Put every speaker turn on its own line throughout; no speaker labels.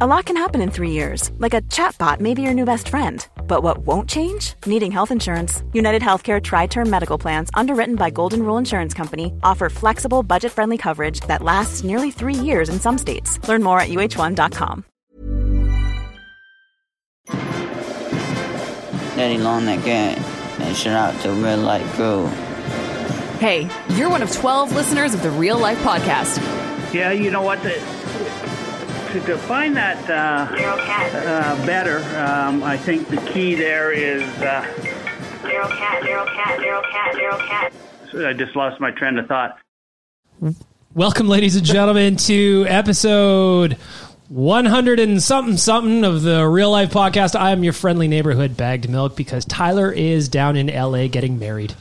A lot can happen in three years, like a chatbot may be your new best friend. But what won't change? Needing health insurance. United Healthcare Tri Term Medical Plans, underwritten by Golden Rule Insurance Company, offer flexible, budget friendly coverage that lasts nearly three years in some states. Learn more at uh1.com.
Daddy long that cat and shout out to Red Light Crew.
Hey, you're one of 12 listeners of the Real Life Podcast.
Yeah, you know what? The, to define that uh, uh, better, um, I think the key there is. Uh,
Daryl Cat, Daryl Cat, Daryl Cat, Daryl Cat.
I just lost my train of thought.
Welcome, ladies and gentlemen, to episode 100 and something something of the real life podcast. I am your friendly neighborhood bagged milk because Tyler is down in LA getting married.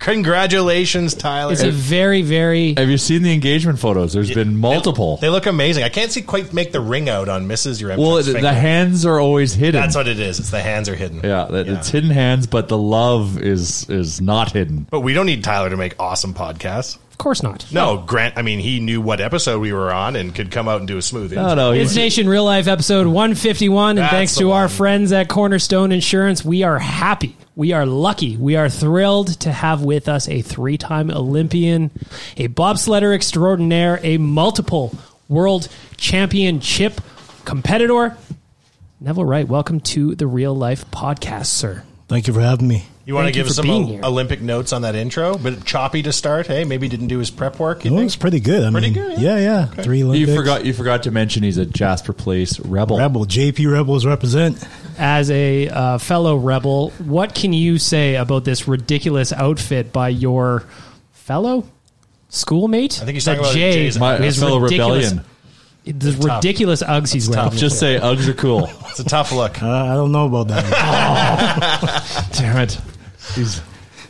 Congratulations, Tyler.
It's a very, very.
Have you seen the engagement photos? There's been multiple.
they look amazing. I can't see quite make the ring out on Mrs. Your
well,
Empress
the,
finger.
the hands are always hidden.
That's what it is. It's the hands are hidden.
yeah, that, it's hidden hands, but the love is is not hidden.
But we don't need Tyler to make awesome podcasts.
Of course not.
No, Grant. I mean, he knew what episode we were on and could come out and do a smoothie.
No, no,
It's
he's,
Nation Real Life episode 151. And
That's
thanks
the
to our
one.
friends at Cornerstone Insurance, we are happy. We are lucky. We are thrilled to have with us a three time Olympian, a bobsledder extraordinaire, a multiple world championship competitor. Neville Wright, welcome to the Real Life Podcast, sir.
Thank you for having me.
You want to
Thank you
give
for
some
being
o-
here.
Olympic notes on that intro? Oh, But choppy to start. Hey, maybe didn't do his prep work. you
It
think?
was pretty good. I
Pretty
mean,
good, yeah.
Yeah, yeah. Three
you
Olympics.
forgot you forgot to mention he's a Jasper Place rebel.
Rebel JP Rebels represent.
As a uh, fellow rebel, what can you say about this ridiculous outfit by your fellow schoolmate?
I think he's
That
talking about Jay's-
My
his
fellow
ridiculous-
rebellion.
The ridiculous Uggs he's wearing.
Just say Uggs are cool.
It's a tough look.
Uh, I don't know about that.
Damn it. He's,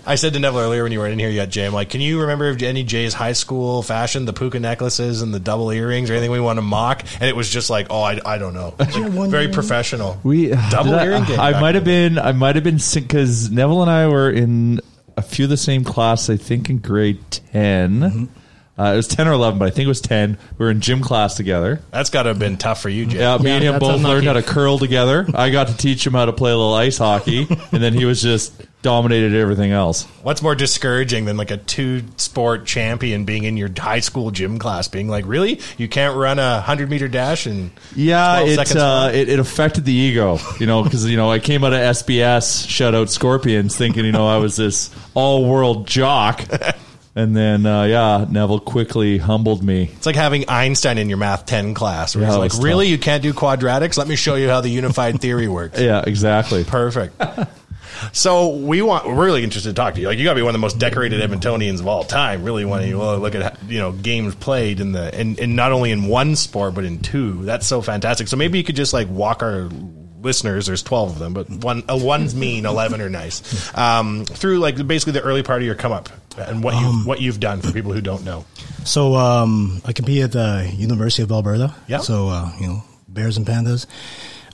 I said to Neville earlier when you weren't in here yet, Jay, I'm like, can you remember of any Jay's high school fashion, the puka necklaces and the double earrings or anything we want to mock? And it was just like, oh, I, I don't know.
one
Very
earring?
professional.
we
double
did I,
earring game.
I
back
might have
in the
been. I might have been because Neville and I were in a few of the same class. I think in grade 10 Uh, it was ten or eleven, but I think it was ten.
Mm-hmm.
We were in gym class together.
day. That's got to have been tough for you, Jay.
Yeah, me
Yeah,
and him
that's
both
unlucky.
learned how to curl together. I got to teach him how to play a little ice hockey, and then he was just dominated everything else.
What's more discouraging than like a two sport champion being in your high school gym class, being like, really? You can't run a 100 meter dash? And
Yeah,
12
it,
seconds
uh,
long?
it it affected the ego, you know, because you know I came out of SBS, shout out Scorpions, thinking you know I was this all world jock, and then uh, yeah, Neville quickly humbled me.
it's like having Einstein in your math 10 class where
Yeah,
he's
it
like,
was tough.
really? You can't do quadratics? Let me show you how the unified theory works.
Yeah, exactly.
Perfect. so we want we're really interested to talk to you. Like you got to be one of the most decorated Edmontonians of all time. Really want to well, look at you know games played in the and, and not only in one sport but in two. That's so fantastic. So maybe you could just like walk our listeners. There's twelve of them, but one uh, one's mean, eleven are nice. Um, through like basically the early part of your come up and what you what you've done for people who don't know.
Um, so um, I compete at the University of Alberta.
Yeah.
So uh, you know, bears and pandas.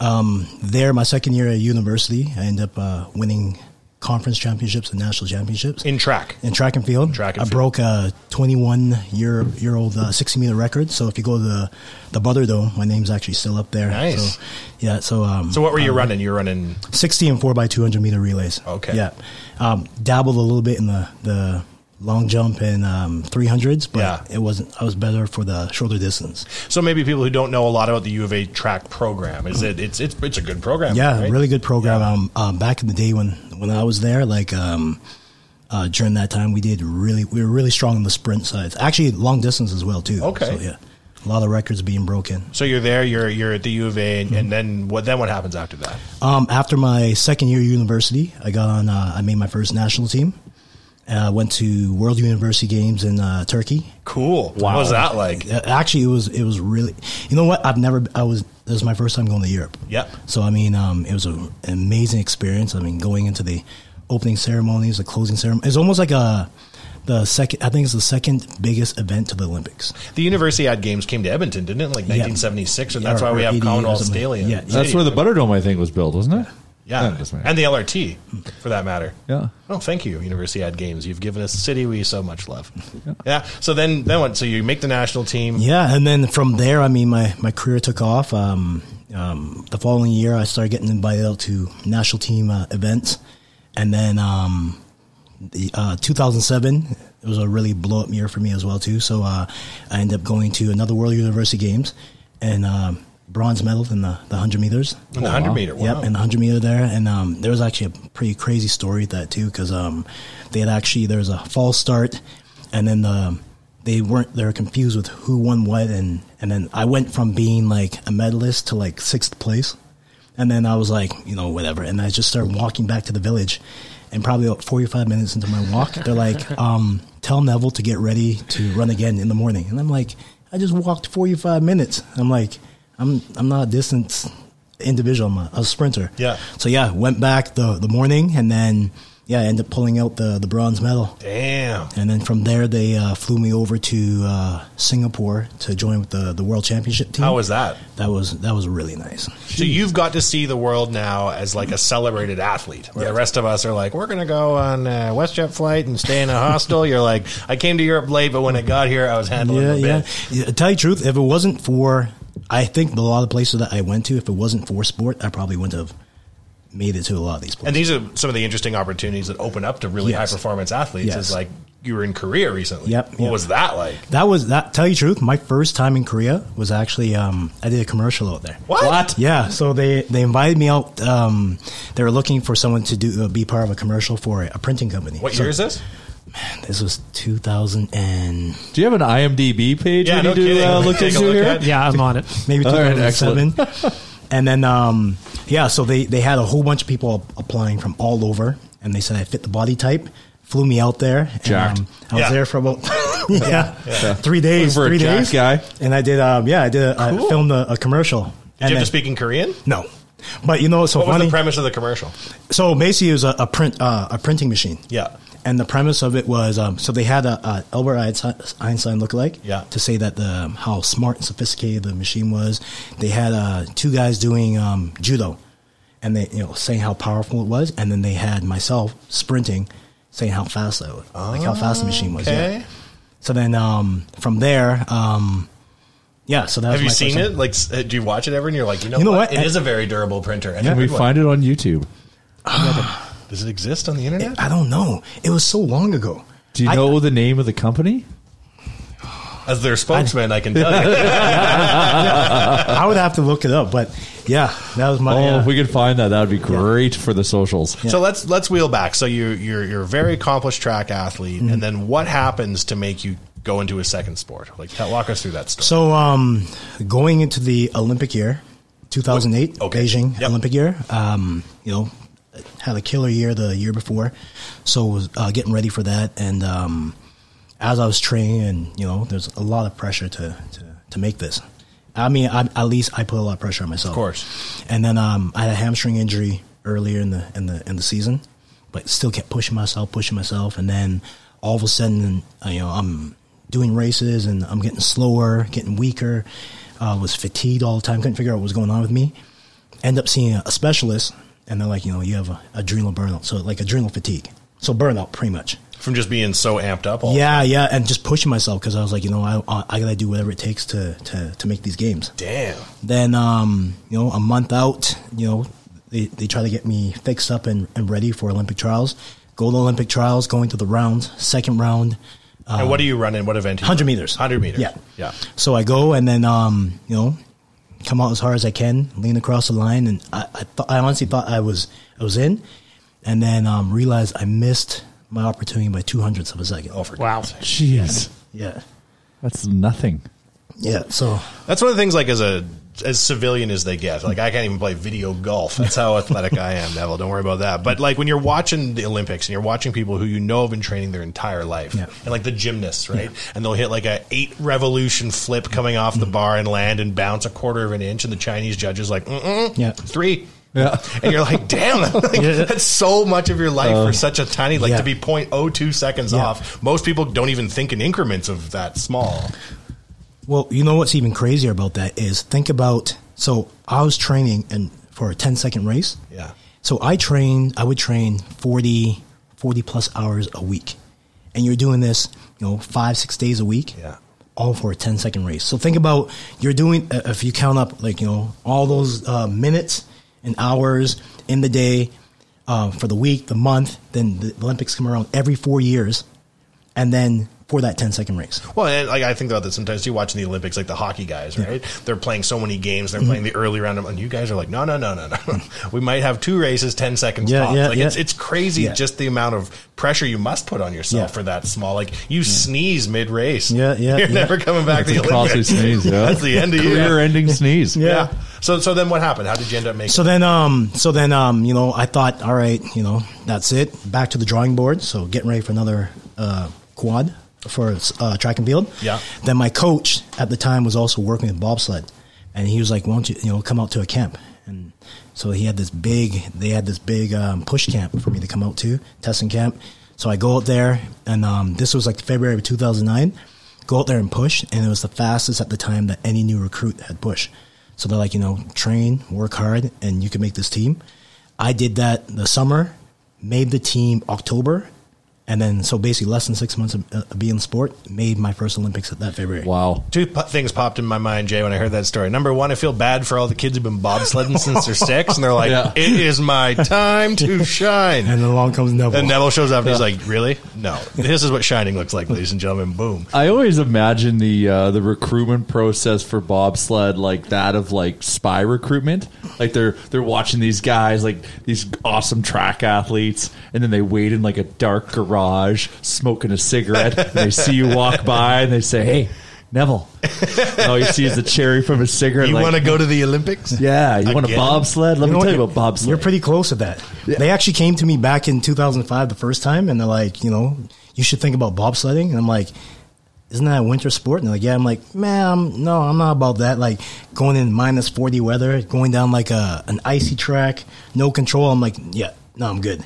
Um, there, my second year at university, I ended up uh, winning conference championships and national championships
in track,
in track and field.
Track and
I
field.
broke a 21 year year old uh, 60 meter record. So if you go to the the Butler Dome, my name's actually still up there.
Nice.
So, yeah. So um,
So what were you
um,
running? You were running
60 and 4 by 200 meter relays.
Okay.
Yeah. Um, dabbled a little bit in the, the long jump and um, 300s, but it wasn't, I was better for the shorter distance.
So maybe people who don't know a lot about the U of A track program is it it's it's it's a good program.
Yeah,
right?
really good program. Um, um, back in the day when, when I was there, like um, uh, during that time, we did really, we were really strong on the sprint sides. Actually, long distance as well, too.
Okay.
So, yeah. A lot of records being broken.
So you're there, you're you're at the U of A, and, and then what then what happens after that?
Um, after my second year of university, I got on. Uh, I made my first national team. Uh, went to World University Games in uh, Turkey.
Cool. Wow. What was that like?
Uh, Actually, it was it was really. You know what? I've never. I was. This was my first time going to Europe.
Yep.
So I mean, um, it was a, an amazing experience. I mean, going into the opening ceremonies, the closing ceremony. It's almost like a the second. I think it's the second biggest event to the Olympics.
The Universiad Games came to Edmonton, didn't it? Like 1976, and
Yeah,
that's why
or
we have
80 or
Commonwealth
something.
Stadium.
Yeah,
That's where the Butterdome, I think, was built, wasn't it?
Yeah,
That doesn't matter.
and the LRT, for that matter.
Yeah.
Oh, thank you, Universiad Games. You've given us the city we so much love. Yeah. So then, then what? So you make the national team.
Yeah, and then from there, I mean, my, my career took off. Um, um, the following year, I started getting invited out to national team uh, events, and then um, the, uh, 2007 it was a really blow up year for me as well too. So uh, I ended up going to another World University Games and um, bronze medal in the, the 100 meters.
In the 100 meter, wow.
Yep, in the 100 meter there, and um, there was actually a pretty crazy story with that too because um, they had actually there was a false start, and then the they weren't they were confused with who won what um, and and then I went from being like a medalist to like sixth place. And then I was like, you know, whatever. And I just started walking back to the village. And probably about 45 minutes into my walk, they're like, um, tell Neville to get ready to run again in the morning. And I'm like, I just walked 45 minutes. I'm like, I'm, I'm not a distance individual. I'm a, a sprinter.
Yeah.
So yeah, went back the, the morning and then, yeah, ended up pulling out the, the bronze medal.
Damn.
And then from there, they uh, flew me over to uh, Singapore to join with the, the world championship team.
How was that?
That was, that was really nice.
So you've got to see the world now as like a celebrated athlete. Where The rest of us are like, we're going to go on a WestJet flight and stay in a hostel. You're like, I came to Europe late, but when I got here, I was handling
yeah,
the
yeah.
bit.
yeah. To Tell you the truth, if it wasn't for, I think a lot of the places that I went to, if it wasn't for sport, I probably wouldn't have made it to a lot of these places.
And these are some of the interesting opportunities that open up to really
Yes.
high performance athletes.
Yes.
Is like you were in Korea recently.
Yep,
What
yep.
was that like?
That was that. Tell you the truth, my first time in Korea was actually um, I did a commercial out there.
What?
Yeah, so they they invited me out. Um, they were looking for someone to do uh, be part of a commercial for a, printing company.
What
So
year is this?
This was 2000 and
Do you have an IMDb page
Yeah,
we
no
need to
kidding.
uh, look
Take a
into
look
here?
at. Yeah, I'm on it. maybe
All right,
2007.
excellent.
and then, um, yeah, so they, they had a whole bunch of people applying from all over, and they said I fit the body type. Flew me out there. And,
Jacked.
um, I was
Yeah.
there for about yeah,
Yeah.
three days.
Looking for a
three
jacked
days,
guy.
And I did, um, yeah, I did. A,
Cool.
I filmed a, a commercial.
Did
and
you have
then-
to speak in Korean?
No, but you know, it's so
what
funny.
was the premise of the commercial?
So basically, it was a, a print uh, a printing machine.
Yeah.
And the premise of it was um, so they had a, a Albert Einstein- Einstein lookalike.
Yeah.
To say that the how smart and sophisticated the machine was, they had uh, two guys doing um, judo, and they you know saying how powerful it was, and then they had myself sprinting, saying how fast I was, like how fast the machine was.
Okay.
Yeah. So then um, from there, um, yeah. So that was
Have you
my
seen
first
it?
time.
Like, s- uh, do you watch it ever? And you're like, you know,
You know
what?
what?
It
I-
is a very durable printer. And Ah,
Can we find it on YouTube?
Does it exist on the internet?
I don't know. It was so long ago.
Do you
I-
know the name of the company?
As their spokesman, I, can tell you.
I would have to look it up, but yeah, that was my.
oh,
uh,
if we could find that, that would be great for the socials.
So let's let's wheel back. So you you're you're a very accomplished track athlete,
Mm-hmm.
and then what happens to make you go into a second sport? Like, tell, walk us through that story.
So, um, going into the Olympic year, 2008, Beijing Olympic year, um, you know, had a killer year the year before. So, was uh, getting ready for that. And um, as I was training, and, you know, there's a lot of pressure to, to, to make this. I mean, I, at least I put a lot of pressure on myself. Of course. And then um, I had a hamstring injury earlier in the, in the, in the season, but still kept pushing myself, pushing myself. And then all of a sudden, uh, you know, I'm doing races and I'm getting slower, getting weaker. Uh, was fatigued all the time. Couldn't figure out what was going on with me. end up seeing a, a specialist, and they're like, you know, you have a, adrenal burnout, so like adrenal fatigue, so burnout, pretty much.
From just being so amped up. All
yeah, yeah, and just pushing myself because I was like, you know, I, I I gotta do whatever it takes to to to make these games.
Damn.
Then, um, you know, a month out, you know, they, they try to get me fixed up and, and ready for Olympic trials. Go to Olympic trials, going to the rounds, second round.
and what do you run in? What event? do you
100
run?
meters.
100 meters.
Yeah.
Yeah.
So I go and then, um, you know, come out as hard as I can, lean across the line, and I, I, th- I honestly thought I was I was in, and then um, realized I missed my opportunity by two hundredths of a second. Oh,
wow,
jeez,
yeah,
that's nothing.
yeah. So
That's one of the things, like, as a as civilian as they get. Like, I can't even play video golf. That's how athletic I am, Neville. Don't worry about that. But, like, when you're watching the Olympics and you're watching people who you know have been training their entire life, and, like, the gymnasts, right? And they'll hit, like, a eight revolution flip coming off the
Mm-hmm.
bar and land and bounce a quarter of an inch, and the Chinese judge is like, mm-mm,
Yeah.
three. Yeah. And you're like, damn, like, that's so much of your life for such a tiny, like
Uh, yeah.
to be 0.02 seconds
Yeah.
off. Most people don't even think in increments of that small.
Well, you know what's even crazier about that is think about so I was training and for a 10 second race.
Yeah.
So I trained, I would train 40, 40 plus hours a week. And you're doing this, you know, five, six days a week.
Yeah.
All for a 10 second race. So think about you're doing, uh, if you count up like, you know, all those uh, minutes and hours in the day uh, for the week, the month, then the Olympics come around every four years. And then for that 10 second race.
Well, and like I think about this sometimes too. Watching the Olympics, like the hockey guys, right? They're playing so many games. They're playing the early round, of- and you guys are like, no, no, no, no, no. we might have two races, ten seconds
Yeah,
tops.
yeah,
like
yeah.
it's it's crazy
Yeah.
just the amount of pressure you must put on yourself
Yeah.
for that small. Like you sneeze mid race,
Yeah, yeah,
you're
yeah.
never coming back to
That's
the
a costly
Olympics.
sneeze, yeah.
That's the end of you.
Career ending sneeze.
Yeah. So so then what happened? How did you end up making?
So then, um, so then, um, you know, I thought, all right, you know, that's it. Back to the drawing board. So getting ready for another uh, quad for uh, track and field.
Yeah.
Then my coach at the time was also working with bobsled, and he was like, "Why don't you, you know, come out to a camp?" And so he had this big, they had this big um, push camp for me to come out to testing camp. So I go out there, and um, this was like February of 2009. Go out there and push, and it was the fastest at the time that any new recruit had pushed. So they're like, you know, train, work hard, and you can make this team. I did that the summer, made the team October, and then so basically less than six months of uh, being in sport, made my first Olympics at that February.
Wow.
Two po- things popped in my mind, Jay, when I heard that story. Number one, I feel bad for all the kids who've been bobsledding since they're six, and they're like,
Yeah.
"It is my time to shine."
And then along comes Neville.
And Neville shows up and he's like, "Really? No. This is what shining looks like, ladies and gentlemen." Boom.
I always imagine the uh, the recruitment process for bobsled like that of like spy recruitment. Like they're they're watching these guys like these awesome track athletes, and then they wait in like a dark garage smoking a cigarette. and they see you walk by, and they say, "Hey, Neville." And all you see is the cherry from his cigarette.
You
like,
want to go to the Olympics?
Yeah, you want a
Again?
bobsled? Let me
know
tell
what?
you about bobsled.
You're pretty close to that. They actually came to me back in 2005 the first time, and they're like, you know, you should think about bobsledding. And I'm like, isn't that a winter sport? And they're like, yeah. I'm like, man, I'm, no, I'm not about that. Like going in minus 40 weather, going down like a an icy track, no control. I'm like, yeah, no, I'm good.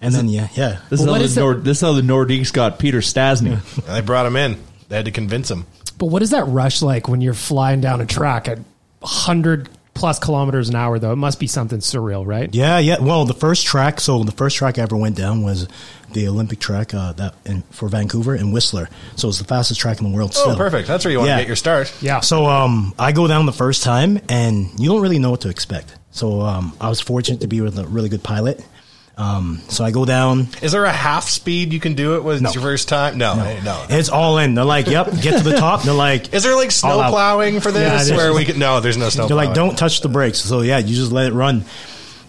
And then yeah, yeah.
This is,
But
how
what
the
is it-
Nord, this is how the Nordiques got Peter Stasny.
And they brought him in. They had to convince him.
But what is that rush like when you're flying down a track at 100 plus kilometers an hour, though? It must be something surreal, right?
Yeah, yeah. Well, the first track, so the first track I ever went down was the Olympic track uh, that in, for Vancouver and Whistler. So it was the fastest track in the world.
Oh,
still.
perfect. That's where you want
Yeah.
to get your start.
Yeah.
So um, I go down the first time, and you don't really know what to expect. So um, I was fortunate to be with a really good pilot. Um, so I go down.
Is there a half speed you can do it with
No.
your first time? No, no.
It's all in. They're like, "Yep, get to the top." They're like,
Is there like
All
snow
out.
plowing for
Yeah,
this?
there's-
where we could, no, there's no snow.
They're like,
plowing.
don't touch the brakes. So yeah, you just let it run.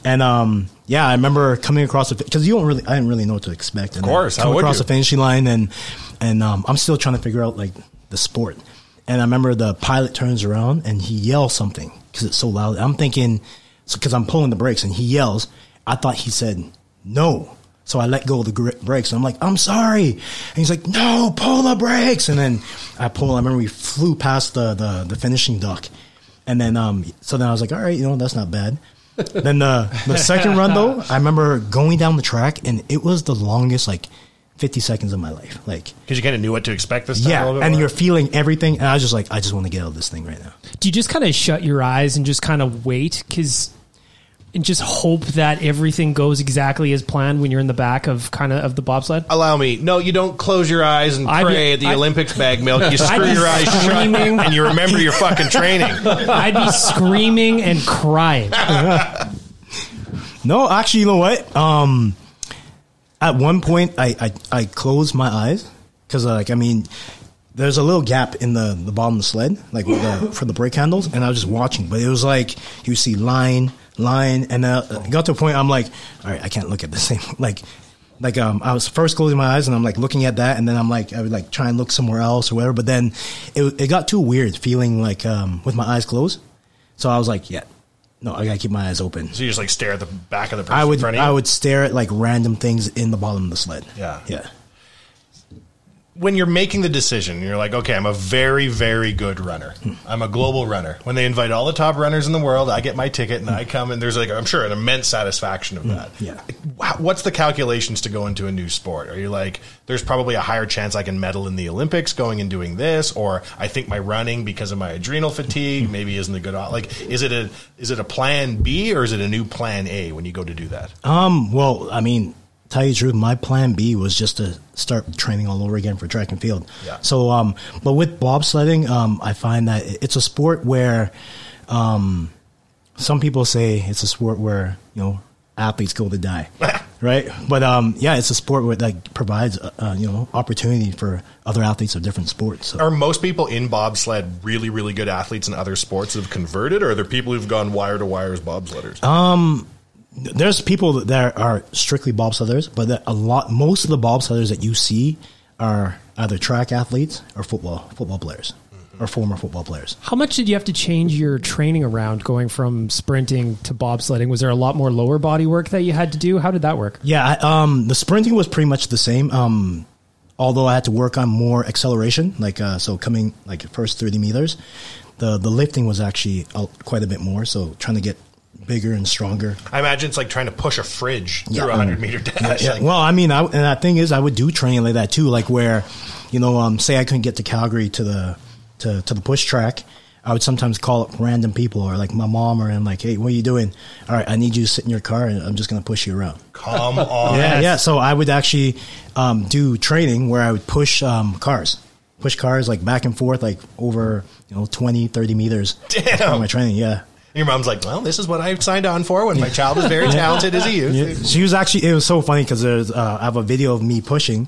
And um, yeah, I remember coming across the because you don't really, I didn't really know what to expect. Of
course, how
come
would
across
you?
the finishing line, and and um, I'm still trying to figure out like the sport. And I remember the pilot turns around and he yells something because it's so loud. I'm thinking because I'm pulling the brakes and he yells. I thought he said no. So I let go of the gr- brakes. And I'm like, I'm sorry. And he's like, no, pull the brakes. And then I pull. I remember we flew past the the, the finishing dock. And then, um, so then I was like, all right, you know, that's not bad. then the, the second run though, I remember going down the track and it was the longest, like 50 seconds of my life. Like,
Because you kind of knew what to expect this time. a
yeah.
little bit
And
more.
you're feeling everything. And I was just like, I just want to get out of this thing right now.
Do you just kind of shut your eyes and just kind of wait? Because and just hope that everything goes exactly as planned when you're in the back of kind of of the bobsled?
Allow me. No, you don't close your eyes and
I'd be-
pray at the
I-
Olympics bag milk. You screw
I'd be
your eyes shut
screaming.
and you remember your fucking training.
I'd be screaming and crying.
No, actually, you know what? Um, at one point, I I, I closed my eyes because, like, I mean, there's a little gap in the, the bottom of the sled, like with the, for the brake handles, and I was just watching. But it was like you see line, line, and uh, it got to a point I'm like, all right, I can't look at the same like. Like um, I was first closing my eyes and I'm like looking at that and then I'm like I would like try and look somewhere else or whatever. But then it it got too weird feeling like um, with my eyes closed. So I was like, yeah, no, I gotta keep my eyes open.
So you just like stare at the back of the person
I
in
would
front of you.
I would stare at like random things in the bottom of the sled.
Yeah.
Yeah.
when you're making the decision, you're like, okay, I'm a very, very good runner. I'm a global runner. When they invite all the top runners in the world, I get my ticket and I come, and there's like, I'm sure, an immense satisfaction of that.
Yeah.
Wh- What's the calculations to go into a new sport? Are you like, there's probably a higher chance I can medal in the Olympics going and doing this, or I think my running because of my adrenal fatigue maybe isn't a good o- like. Is it a is it a plan B or is it a new plan A when you go to do that?
Um, well, I mean, tell you the truth, my plan B was just to start training all over again for track and field.
Yeah.
So um but with bobsledding, um I find that it- it's a sport where um some people say it's a sport where, you know, athletes go to die. right? But um yeah, it's a sport where like provides uh, uh, you know, opportunity for other athletes of different sports. So
Are most people in bobsled really, really good athletes in other sports that have converted, or are there people who've gone wire to wire as bobsledders?
Um, th- there's people that are strictly bobsledders, but that a lot, most of the bobsledders that you see are either track athletes or football football players or former football players.
How much did you have to change your training around going from sprinting to bobsledding? Was there a lot more lower body work that you had to do? How did that work?
Yeah, I, um, the sprinting was pretty much the same. Um, although I had to work on more acceleration, like uh, so coming like first thirty meters, the the lifting was actually uh, quite a bit more. So trying to get bigger and stronger.
I imagine it's like trying to push a fridge through a
um,
hundred meter dash.
Yeah, yeah.
Like,
well, I mean, I, and the thing is, I would do training like that too. Like where, you know, um, say I couldn't get to Calgary to the to, to the push track, I would sometimes call up random people or like my mom or I'm like, hey, what are you doing? All right, I need you to sit in your car and I'm just gonna push you around.
come on,
Yeah, yeah. So I would actually um, do training where I would push um, cars, push cars like back and forth, like over you know 20, 30 meters. That's part of
Damn.
my training, yeah.
Your mom's like, well, this is what I signed on for when my child is very talented as a youth.
Yeah. She was actually. It was so funny because there's. Uh, I have a video of me pushing,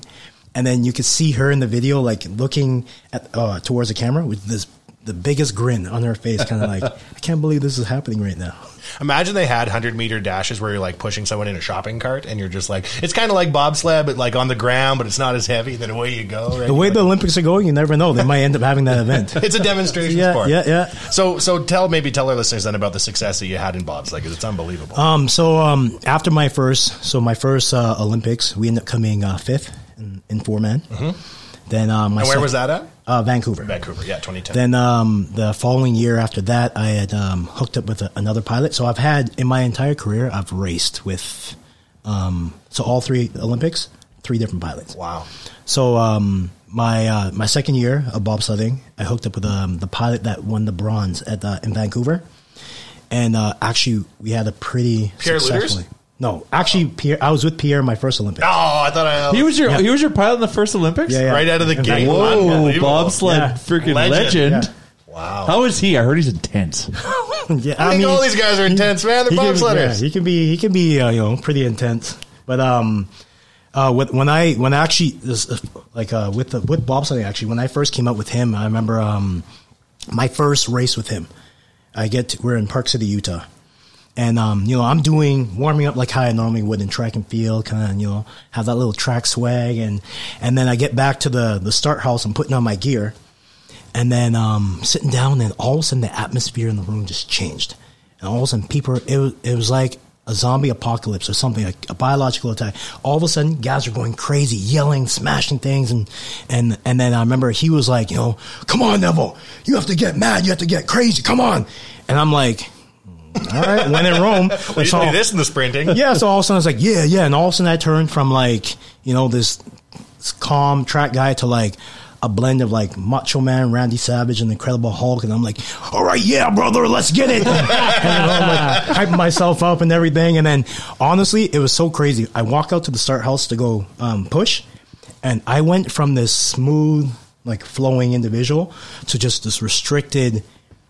and then you could see her in the video, like looking at uh, towards the camera with this the biggest grin on her face, kind of like I can't believe this is happening right now.
Imagine they had hundred meter dashes where you're like pushing someone in a shopping cart, and you're just like, it's kind of like bobsled, but like on the ground, but it's not as heavy. Then away you go. right?
The way
Like-
the Olympics are going, you never know. They might end up having that event.
it's a demonstration
Yeah,
sport.
yeah, yeah.
So, so tell maybe tell our listeners then about the success that you had in bobsled because it's unbelievable.
Um, so um, after my first, so my first uh, Olympics, we ended up coming uh, fifth in, in four man. Then um, my
and where
sec-
was that at?
Uh, Vancouver.
Vancouver, yeah, 2010.
Then um, the following year after that, I had um, hooked up with a, another pilot. So I've had in my entire career, I've raced with um, so all three Olympics, three different pilots.
wow.
So um, my uh, my second year of bobsledding, I hooked up with um, the pilot that won the bronze at the, in Vancouver, and uh, actually we had a pretty
Pierre
successful-
Luders?
No, actually, Pierre. I was with Pierre in my first Olympics.
Oh, I thought I
He was your
Yeah.
he was your pilot in the first Olympics,
Yeah, yeah.
right out of the
In
gate.
fact,
Whoa,
Unbelievable.
bobsled
Yeah.
freaking legend.
Legend.
Wow, how is he? I heard he's intense.
yeah,
I, think all these guys are intense, man. They're
he can, yeah,
bobsledders.
he can be he can be uh, you know pretty intense, but um, uh, with, when I when I actually this, uh, like uh, with the, with bobsledding actually when I first came up with him, I remember um, my first race with him. I get to, we're in Park City, Utah, and um, you know I'm doing warming up like how I normally would in track and field, kind of you know have that little track swag, and and then I get back to the the start house. I'm putting on my gear, and then um, sitting down, and all of a sudden the atmosphere in the room just changed, and all of a sudden people it was, it was like a zombie apocalypse or something like a biological attack. All of a sudden, guys are going crazy, yelling, smashing things, and and and then I remember he was like, you know, come on, Neville, you have to get mad, you have to get crazy, come on, and I'm like. "Hmm, All right, when in Rome.
We
And so-
didn't do this in the sprinting.
yeah, so all of a sudden I was like, yeah, yeah. And all of a sudden I turned from like, you know, this calm track guy to like, a blend of like Macho Man, Randy Savage, and Incredible Hulk, and I'm like, all right, yeah, brother, let's get it. and I'm like hyping myself up and everything, and then honestly, it was so crazy. I walked out to the start house to go um, push, and I went from this smooth, like flowing individual to just this restricted.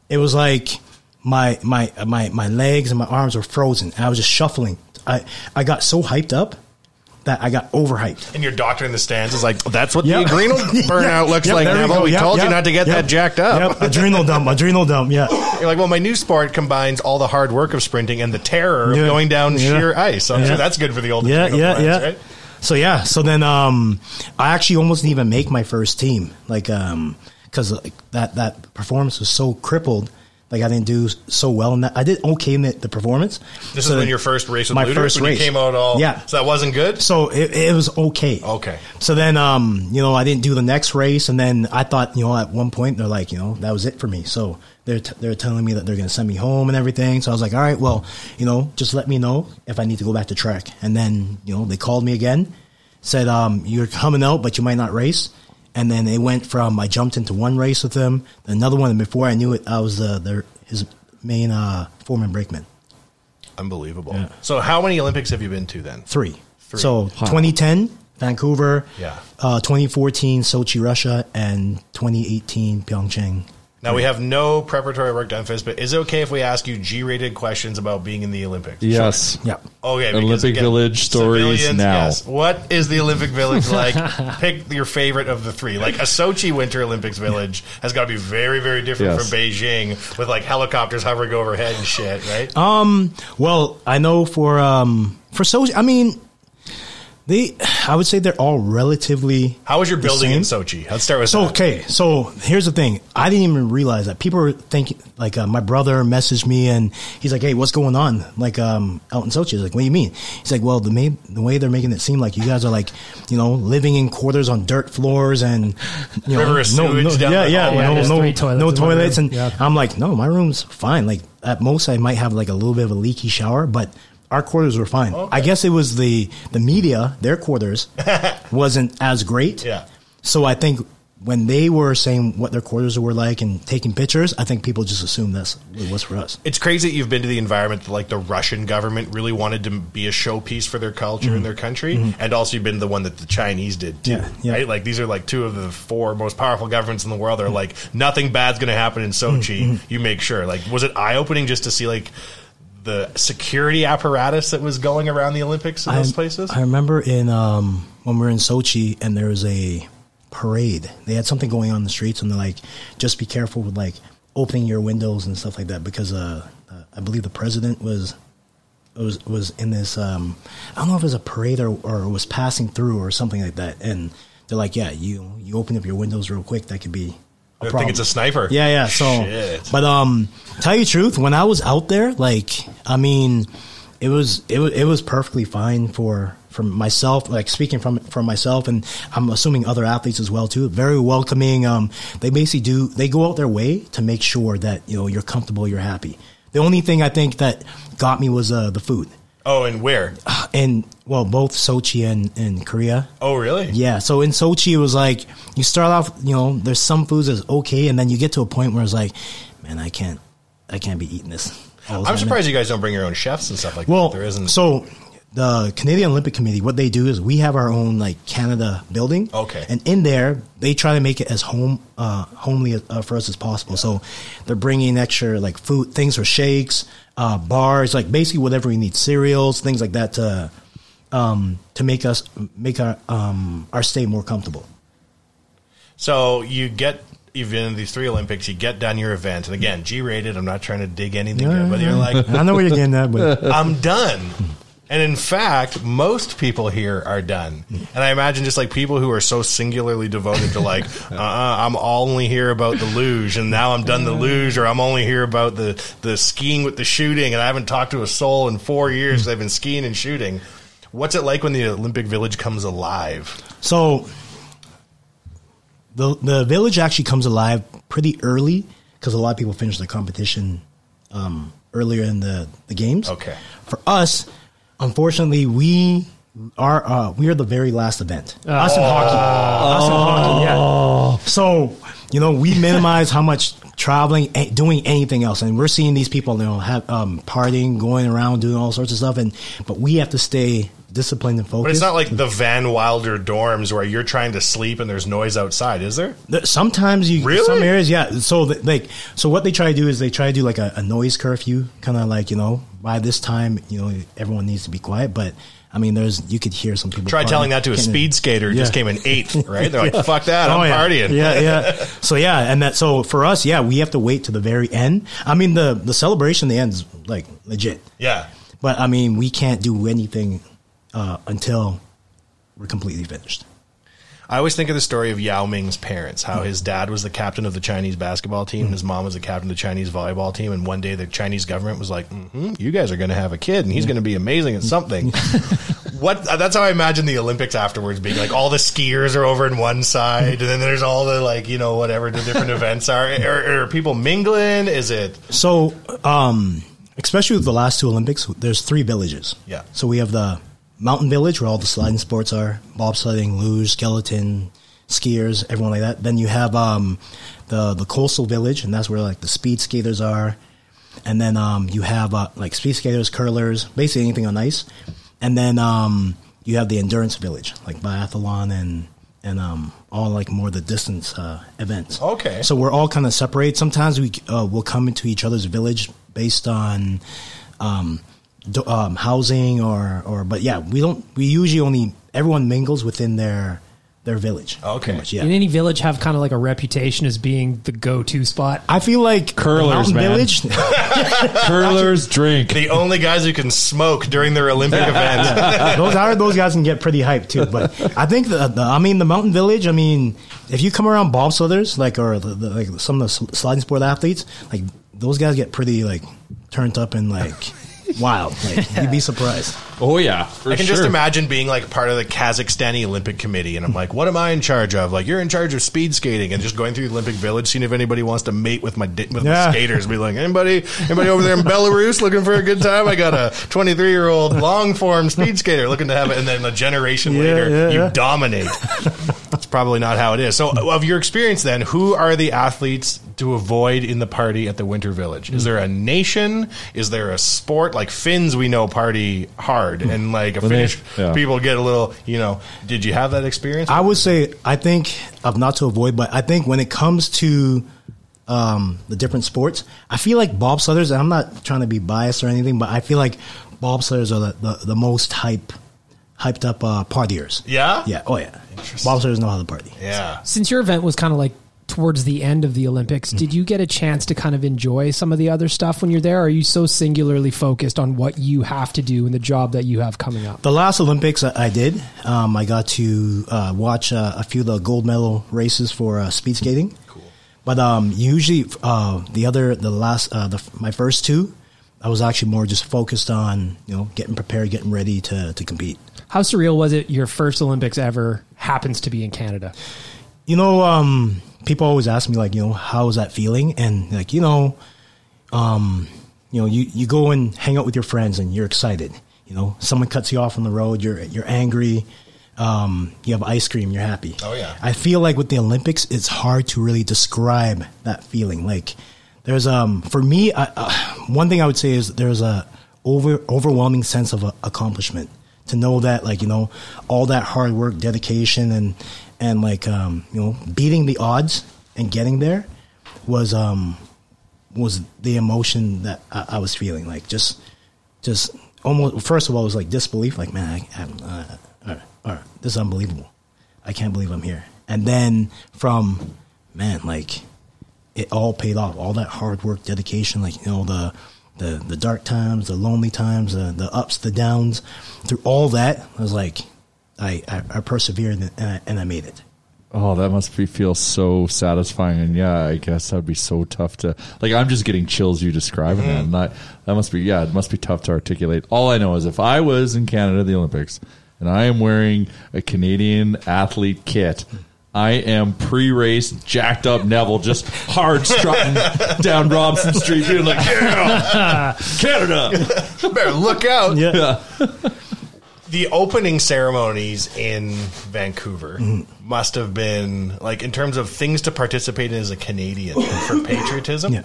It was like my my my my legs and my arms were frozen. I was just shuffling. I I got so hyped up that I got overhyped.
And your doctor in the stands is like, "That's what the
Yep.
adrenal
Yeah.
burnout looks
Yep,
like,
there we
Neville.
go.
We
Yep,
told you
yep,
not to get
yep.
that jacked up."
Yep, adrenal dump, adrenal dump. Yeah.
You're like, well, my new sport combines all the hard work of sprinting and the terror of
Yeah.
going down
Yeah.
sheer ice. I'm
Yeah.
sure that's good for the old
yeah,
adrenal
yeah,
glands,
yeah.
right?
So yeah, so then um, I actually almost didn't even make my first team, like um, because that that performance was so crippled, like I didn't do so well in that. I did okay in the, the performance.
This is
So
when
then-
your first race with
my
Luders,
first
when
race.
you came out all
Yeah.
So that wasn't good.
So it, it was okay.
Okay.
So then, um, you know, I didn't do the next race, and then I thought, you know, at one point they're like, you know, that was it for me. So they're t- they're telling me that they're going to send me home and everything. So I was like, all right, well, you know, just let me know if I need to go back to track. And then, you know, they called me again, said, um, you're coming out, but you might not race. And then it went from I jumped into one race with them, another one, and before I knew it, I was the, the his main uh, foreman brakeman.
Unbelievable. So how many Olympics have you been to then?
Three.
Three.
So
Wow.
2010, Vancouver.
Yeah.
Uh, 2014, Sochi, Russia, and 2018, Pyeongchang.
Now we have no preparatory work done for this, but is it okay if we ask you G-rated questions about being in the Olympics?
Yes.
Yeah.
Okay. because
Olympic
again,
Village stories
civilians,
now.
yes. What is the Olympic Village like? Pick your favorite of the three. Like a Sochi Winter Olympics Village has got to be very, very different
Yes.
from Beijing with like helicopters hovering overhead and shit, right?
Um. Well, I know for um for Sochi. I mean, they. I would say they're all relatively.
How was your
the
building in
same.
Sochi? Let's start with
So
that.
okay, so here's the thing. I didn't even realize that people were thinking. Like uh, my brother messaged me and he's like, "Hey, what's going on?" Like um, out in Sochi. I was like, "What do you mean?" He's like, "Well, the ma- the way they're making it seem like you guys are like, you know, living in quarters on dirt floors and you know,
Riverous
no,
sewage
no,
down
yeah,
the
yeah,
hallway.
no,
There's
no,
three
toilets
no
in one room.
toilets." And
Yeah.
I'm like, "No, my room's fine. Like at most, I might have like a little bit of a leaky shower, but." Our quarters were fine. I guess it was the the media, their quarters, wasn't as great.
Yeah.
So I think when they were saying what their quarters were like and taking pictures, I think people just assumed that's it was for us.
It's crazy that you've been to the environment that, like, the Russian government really wanted to be a showpiece for their culture and their country,
Mhm.
and also you've been to the one that the Chinese did too.
Yeah, yeah.
Right? Like, these are like two of the four most powerful governments in the world.
Mm-hmm.
They're like, nothing bad's going to happen in Sochi.
Mhm.
You make sure. Like, was it eye opening just to see like the security apparatus that was going around the Olympics in those
I-
places?
I remember in um, when we were in Sochi and there was a parade. They had something going on in the streets and they're like, just be careful with like opening your windows and stuff like that because uh, uh, I believe the president was was was in this um, I don't know if it was a parade or, or was passing through or something like that and they're like, yeah, you you open up your windows real quick, that could be.
I
a
think
problem."
it's a sniper.
Yeah, yeah. So,
Shit.
but um, tell you the truth, when I was out there, like, I mean, it was it was it was perfectly fine for for myself. Like speaking from for myself, and I'm assuming other athletes as well too. Very welcoming. Um, they basically do they go out their way to make sure that you know you're comfortable, you're happy. The only thing I think that got me was uh, the food.
Oh, and where?
And well, both Sochi and, and Korea.
Oh, really?
Yeah. So in Sochi, it was like you start off, you know, there's some foods that's okay, and then you get to a point where it's like, man, I can't, I can't be eating this. all the
I'm
time."
surprised you guys don't bring your own chefs and stuff like
Well,
that. There isn't.
So the Canadian Olympic Committee, what they do is we have our own like Canada building.
Okay.
And in there, they try to make it as home uh, homely uh, for us as possible. So they're bringing extra like food, things for shakes, uh, bars, like basically whatever we need, cereals, things like that to um, to make us make our um, our stay more comfortable.
So you get you've been in these three Olympics, you get done your event, and again, G rated. I'm not trying to dig anything,
Yeah,
in, but
yeah,
you're
yeah.
like,
Mm-hmm. I know where you're getting at, but-
I'm done. And in fact, most people here are done. And I imagine just like people who are so singularly devoted to like, uh, uh I'm only here about the luge, and now I'm done the luge, or I'm only here about the the skiing with the shooting, and I haven't talked to a soul in four years. 'cause I've been skiing and shooting. What's it like when the Olympic Village comes alive?
So the the village actually comes alive pretty early because a lot of people finish the competition um, earlier in the, the games.
Okay.
For us, unfortunately, we our uh, we are the very last event.
Us in hockey.
Us in
Oh,
hockey, yeah. So you know we minimize how much traveling, a- doing anything else, and we're seeing these people you know have um, partying, going around, doing all sorts of stuff, and but we have to stay disciplined and focused.
But it's not like the Van Wilder dorms where you're trying to sleep and there's noise outside, is there?
Th- Sometimes you
Really?
some areas, yeah. So th- like, so what they try to do is they try to do like a, a noise curfew, kind of like you know by this time you know everyone needs to be quiet. But I mean, there's you could hear some people
Try
crying.
telling that to a
Can't-
speed skater who just came in eighth, right? They're like,
Yeah. Oh,
fuck that, I'm
yeah.
partying.
Yeah, yeah. So yeah, and that so for us, yeah, we have to wait to the very end. I mean, the the celebration the ends like legit,
yeah.
but I mean, we can't do anything uh, until we're completely finished.
I always think of the story of Yao Ming's parents, how his dad was the captain of the Chinese basketball team, and his mom was the captain of the Chinese volleyball team, and one day the Chinese government was like, hmm "You guys are going to have a kid, and he's going to be amazing at something." what? uh, That's how I imagine the Olympics afterwards being like. All the skiers are over in one side, and then there's all the like, you know, whatever the different events are. Are, are people mingling? Is it?
So, um, especially with the last two Olympics, there's three villages.
Yeah.
So we have the mountain village where all the sliding sports are: bobsledding, luge, skeleton, skiers, everyone like that. Then you have um, the the coastal village, and that's where like the speed skaters are. And then um, you have uh, like speed skaters, curlers, basically anything on ice. And then um, you have the endurance village, like biathlon and and um, all like more the distance uh, events.
Okay.
So we're all kind of separated. Sometimes we uh, will come into each other's village based on um, do, um, housing or or. But yeah, we don't. We usually only everyone mingles within their their village.
Okay.
yeah.
In any village, have kind of like a reputation as being the go-to spot.
I feel like
curlers,
Mountain Village.
Curlers drink.
The only guys who can smoke during their Olympic events.
Yeah. those I heard those guys can get pretty hyped too. But I think the, the I mean the Mountain Village. I mean, if you come around bobsledders like or the, the, like some of the sl- sliding sport athletes, like those guys get pretty like turned up and like wild. Like you'd be surprised.
Oh yeah, for
I can just
sure.
imagine being like part of the Kazakhstani Olympic Committee, and I'm like, what am I in charge of? Like, you're in charge of speed skating, and just going through the Olympic Village, seeing if anybody wants to mate with my di- with
Yeah.
the skaters. Be like, anybody, anybody over there in Belarus looking for a good time? I got a 23 year old long form speed skater looking to have it, and then a generation
Yeah,
later,
yeah,
you
yeah.
dominate. That's probably not how it is. So, of your experience, then, who are the athletes to avoid in the party at the Winter Village? Is there a nation? Is there a sport like Finns? We know party hard, and like a
The
Finnish
nation- Hmm. yeah.
people get a little. You know, did you have that experience?
I would say I think of not to avoid, but I think when it comes to um, the different sports, I feel like bobsledders. And I'm not trying to be biased or anything, but I feel like bobsledders are the, the, the most hype hyped up uh, partiers.
Yeah?
yeah, oh yeah. Bobsledders know how to party.
Yeah.
Since your event was kind of like towards the end of the Olympics, did you get a chance to kind of enjoy some of the other stuff when you're there? Or are you so singularly focused on what you have to do and the job that you have coming up?
The last Olympics I, I did, um, I got to uh, watch uh, a few of the gold medal races for uh, speed skating. Cool. But um, usually, uh, the other, the last, uh, the, my first two, I was actually more just focused on you know getting prepared, getting ready to to compete.
How surreal was it? Your first Olympics ever happens to be in Canada.
You know, um, people always ask me like, you know, how is that feeling? And like, you know, um, you know, you, you go and hang out with your friends and you're excited. You know, someone cuts you off on the road, you're you're angry. Um, you have ice cream, you're happy.
Oh, yeah.
I feel like with the Olympics, it's hard to really describe that feeling. Like, there's um for me, I, uh, one thing I would say is there's a over overwhelming sense of uh, accomplishment to know that like you know all that hard work, dedication, and and like um you know beating the odds and getting there was um was the emotion that I, I was feeling like just just almost first of all it was like disbelief like man I, I'm, uh, all right, all right, this is unbelievable i can't believe i'm here and then from man like it all paid off all that hard work dedication like you know the the, the dark times the lonely times the, the ups the downs through all that i was like i i, I persevered and I, and I made it
Oh, that must be feel so satisfying, and yeah, I guess that'd be so tough to like. I'm just getting chills you describing that, and that that must be yeah, it must be tough to articulate. All I know is if I was in Canada at the Olympics and I am wearing a Canadian athlete kit, I am pre-race jacked up Neville just hard strutting down Robson Street, being like, yeah, Canada,
better look out.
Yeah.
the opening ceremonies in Vancouver
Mm-hmm.
must have been like in terms of things to participate in as a Canadian for patriotism. Yeah.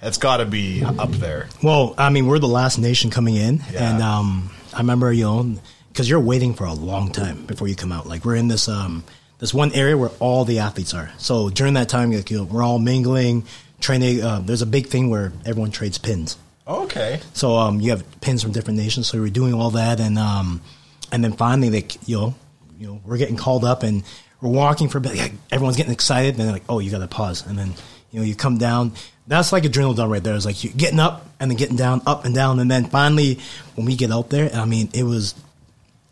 That's got to be up there.
Well, I mean, we're the last nation coming in, and um, I remember you know because you're waiting for a long time before you come out. Like we're in this um, this one area where all the athletes are. So during that time, like, you know, we're all mingling, training. Uh, there's a big thing where everyone trades pins.
Okay.
So um, you have pins from different nations. So we were doing all that, and um, and then finally, they you know, you know, we're getting called up, and we're walking for a bit. Like, everyone's getting excited, and they're like, "Oh, you got to pause," and then you know, you come down. That's like adrenal dump right there. It's like you getting up and then getting down, up and down, and then finally, when we get out there, I mean, it was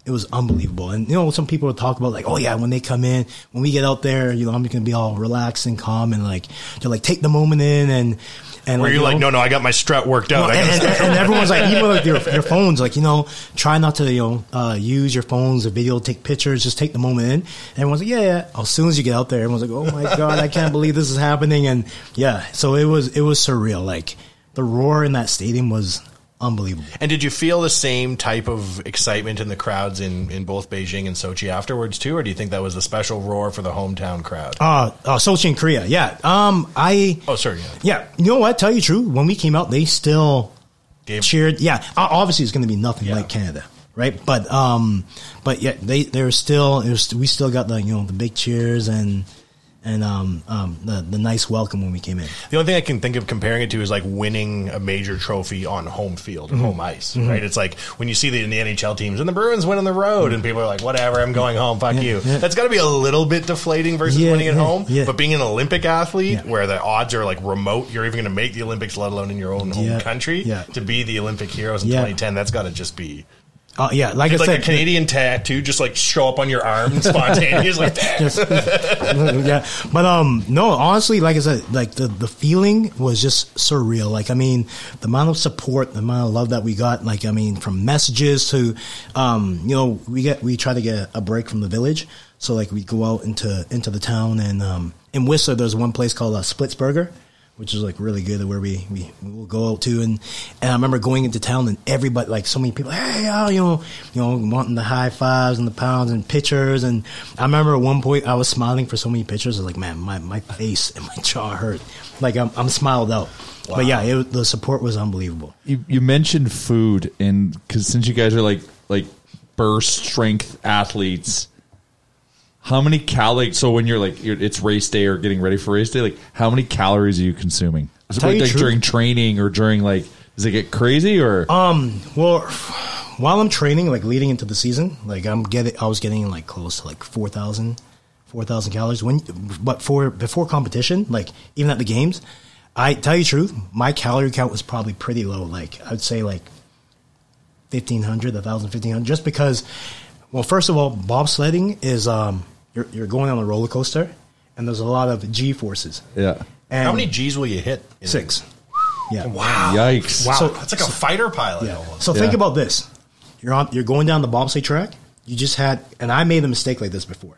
it was unbelievable. And you know, some people would talk about like, oh yeah, when they come in, when we get out there, you know, I'm gonna be all relaxed and calm and like they're like take the moment in and and
Where you're
you
like,
know-
no, no, I got my strut worked out.
well,
I
and,
gotta
and-
stop."
and everyone's like, even like your, your phones, like you know, try not to you know uh, use your phones, the video, take pictures, just take the moment in. And everyone's like, yeah, yeah. As soon as you get out there, everyone's like, oh my god, I can't believe this is happening. And yeah, so it was it was surreal. Like the roar in that stadium was unbelievable.
And did you feel the same type of excitement in the crowds in, in both Beijing and Sochi afterwards too, or do you think that was the special roar for the hometown crowd?
Uh, uh Sochi in Korea, yeah. Um, I
Oh, sorry, yeah.
Yeah, you know what? Tell you true, when we came out, they still cheered. Yeah, o- obviously it's going to be nothing like Canada, right? But um, but yeah, they they're still it was, we still got the you know the big cheers and and um um the the nice welcome when we came in.
The only thing I can think of comparing it to is like winning a major trophy on home field or
Mhm.
home ice,
Mhm.
right? It's like when you see the, the NHL teams and the Bruins win on the road, and people are like, "Whatever, I'm going home. Fuck you."
yeah.
That's got to be a little bit deflating versus
Yeah,
winning at
yeah,
home.
yeah.
But being an Olympic athlete, where the odds are like remote, you're even going to make the Olympics, let alone in your own
Yeah,
home country.
yeah.
To be the Olympic heroes in
Yeah.
2010, that's got to just be.
Uh, yeah, like
it's
I
like
said,
a Canadian tattoo, just like show up on your arm spontaneous, like
Yes. yeah, but um, no, honestly, like I said, like the the feeling was just surreal. Like I mean, the amount of support, the amount of love that we got. Like I mean, from messages to, um, you know, we get we try to get a break from the village, so like we go out into into the town and um in Whistler, there's one place called uh, Splitsburger. Which is like really good, where we, we, we will go out to, and, and I remember going into town and everybody like so many people, hey, oh, you know, you know, wanting the high fives and the pounds and pictures. And I remember at one point I was smiling for so many pictures. I was like, man, my, my face and my jaw hurt. Like I'm, I'm smiled out. But yeah, it, was- the support was unbelievable.
You, you mentioned food, and because since you guys are like like burst strength athletes, how many cal like so when you're like you're, it's race day or getting ready for race day, like how many calories are you consuming? Is it
Tell
like,
you
like,
truth-
during training or during like does it get crazy or
Um, well, while I'm training, like leading into the season, like I'm getting, I was getting like close to like 4,000, 4,000 calories. When, but for before competition, like even at the games, I tell you the truth, my calorie count was probably pretty low. Like I'd say like 1,500, 1,000, 1,500, just because. Well, first of all, bobsledding is um, you're you're going on a roller coaster, and there's a lot of G forces.
yeah?
And
How many G's will you hit?
Six. Yeah.
Wow.
Yikes.
Wow.
So-
That's like a fighter pilot almost.
So think
Yeah.
about this: you're on, you're going down the bobsleigh track. You just had, and I made a mistake like this before.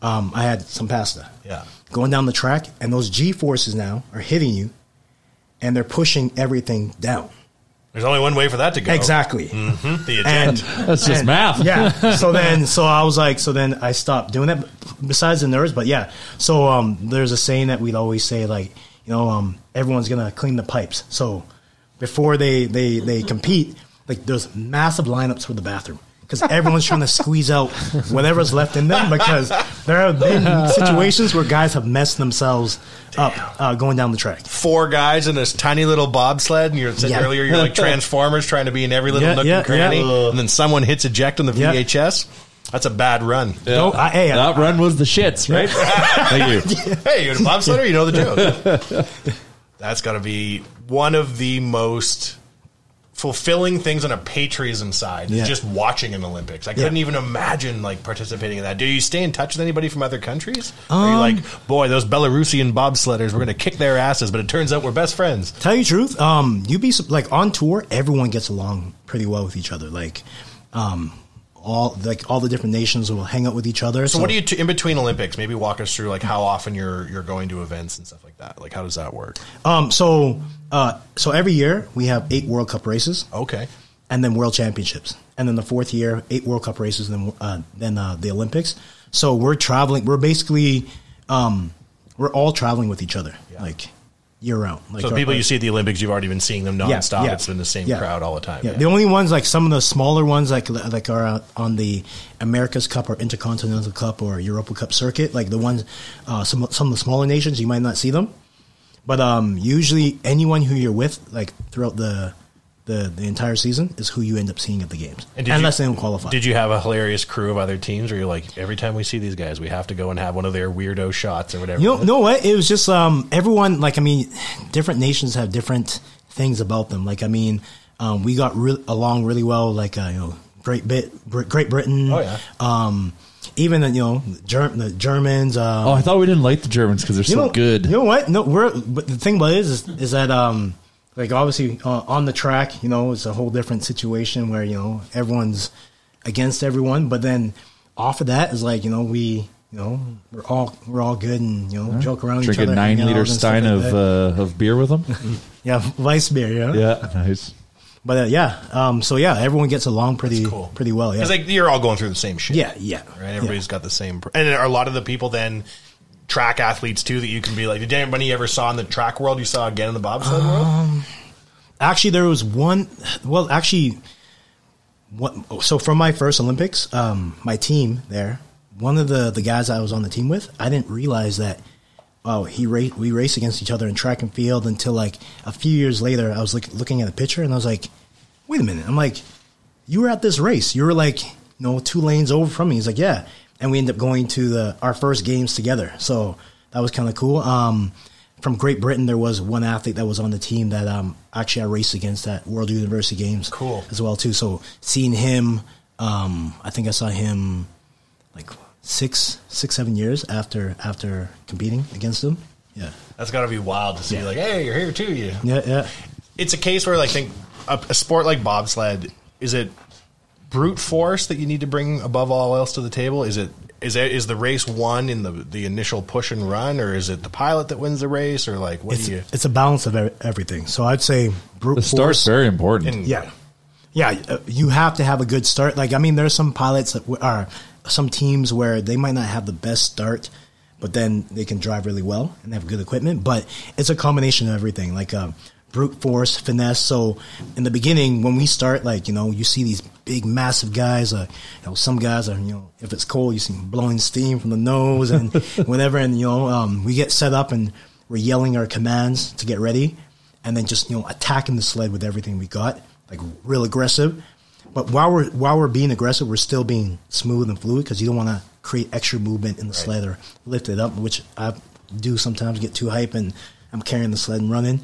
Um, I had some pasta
Yeah.
going down the track, and those G forces now are hitting you, and they're pushing everything down.
There's only one way for that to go.
Exactly.
hmm The
And
agenda.
and- Yeah. So then, so I was like, so then I stopped doing that. Besides the nerves, but yeah. So um, there's a saying that we'd always say, like, you know, um, everyone's gonna clean the pipes. So before they they they compete, like, there's massive lineups for the bathroom. Because everyone's trying to squeeze out whatever's left in them. Because there have been situations where guys have messed themselves up uh, going down the track.
Four guys in this tiny little bobsled, and you're saying
Yeah.
earlier you're like Transformers trying to be in every little
Yeah,
nook
yeah,
and cranny,
yeah.
and then someone hits eject on the
Yeah.
VHS. That's a bad run.
No, I- hey, I-
that run was the shits, right? Thank you.
hey, you're a bobsledder, you know the joke. That's got to be one of the most fulfilling things on a patriotism side. is
Yeah.
Just watching an Olympics, I
Yeah.
couldn't even imagine like participating in that. Do you stay in touch with anybody from other countries? Are you
Um,
like, boy, those Belarusian bobsledders, we're going to kick their asses, but it turns out we're best friends.
Tell you the truth, um, you be sup- like on tour, everyone gets along pretty well with each other. Like, um, all like all the different nations will hang out with each other.
So, what do you t- in between Olympics? Maybe walk us through like how often you're you're going to events and stuff like that. Like how does that work?
Um, so, uh, so every year we have eight World Cup races.
Okay.
and then world championships, and then the fourth year, eight World Cup races, and then uh, then uh, the Olympics. So we're traveling. We're basically um, we're all traveling with each other, like year round. Like
so the
our-
people you see at the Olympics, you've already been seeing them
Yeah,
nonstop.
yeah.
it's been the same
Yeah.
crowd all the time.
Yeah, the only ones like some of the smaller ones like like are uh, on the America's Cup or Intercontinental Cup or Europa Cup circuit. Like the ones, uh, some some of the smaller nations you might not see them, but um, usually anyone who you're with like throughout the the, the entire season is who you end up seeing at the games,
And did
unless
you-
they don't qualify.
Did you have a hilarious crew of other teams where you're like, every time we see these guys, we have to go and have one of their weirdo shots or whatever?
You know, you know what? It was just um, everyone. Like, I mean, different nations have different things about them. Like, I mean, um, we got re- along really well. Like, uh, you know, Great Bit, Br- Great Britain.
Oh, yeah.
Um, even the, you know, Ger- the Germans. Um,
oh, I thought we didn't like the Germans because they're so
you know,
good.
You know what? No, we're but the thing about it is is, is that um like obviously uh, on the track, you know, it's a whole different situation where you know everyone's against everyone, but then off of that is like you know we you know we're all we're all good and you know joke around each
Drink a
other, hang
nine
out
liter
and stuff
stein
like
of
that.
uh, of beer with them.
yeah vice beer yeah
yeah, nice.
but uh, yeah um so yeah everyone gets along pretty pretty well oh, yeah
It's like you're all going through the same shit.
Yeah, yeah,
Right? Everybody's got the same. pr- And there are a lot of the people then track athletes too that you can be like, did anybody you ever saw in the track world you saw again in the bobsled world?
Um, actually, there was one. Well, actually, what? So from my first Olympics, um, my team there, one of the the guys I was on the team with, I didn't realize that. Oh, he ra- we race against each other in track and field until like a few years later. I was look, looking at a picture and I was like, "Wait a minute!" I'm like, "You were at this race. You were like, you know, two lanes over from me." He's like, "Yeah," and we ended up going to the our first games together. So that was kind of cool. Um, from Great Britain, there was one athlete that was on the team that um, actually I raced against at World University Games, cool as well too. So seeing him, um, I think I saw him like six, six, seven years after after competing against him. Yeah,
That's got to be wild to see. Like, hey, you're here too. You.
yeah, yeah.
It's a case where like, think a, a sport like bobsled is it brute force that you need to bring above all else to the table? Is it is it is the race won in the the initial push and run, or is it the pilot that wins the race, or like what
it's
do you?
it's a balance of ev- everything. So I'd say brute
The start's
force-
very important. And-
yeah, yeah. uh, You have to have a good start. Like I mean, there's some pilots that w- are some teams where they might not have the best start, but then they can drive really well and have good equipment. But it's a combination of everything, like um, brute force, finesse. So in the beginning, when we start, like you know, you see these big, massive guys. Uh, you know, some guys are you know, if it's cold, you see them blowing steam from the nose and whatever. And you know, um, we get set up and we're yelling our commands to get ready and then just you know attacking the sled with everything we got, like real aggressive. But while we're while we're being aggressive, we're still being smooth and fluid because you don't want to create extra movement in the sled or lift it up, which I do sometimes get too hype and I'm carrying the sled and running.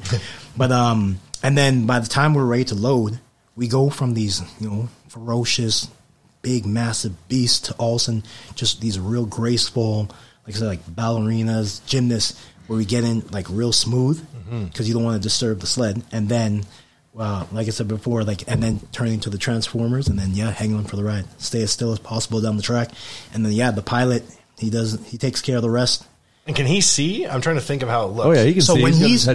but um, and then by the time we're ready to load, we go from these you know ferocious, big, massive beasts to all of a sudden just these real graceful, like I said, like ballerinas, gymnasts, where we get in like real smooth because you don't want to disturb the sled. And then, uh, like I said before, like and then turning to the transformers, and then yeah, hang on for the ride, stay as still as possible down the track, and then yeah, the pilot he does he takes care of the rest.
And can he see? I'm trying to think of how it
Oh,
looks.
So when he's,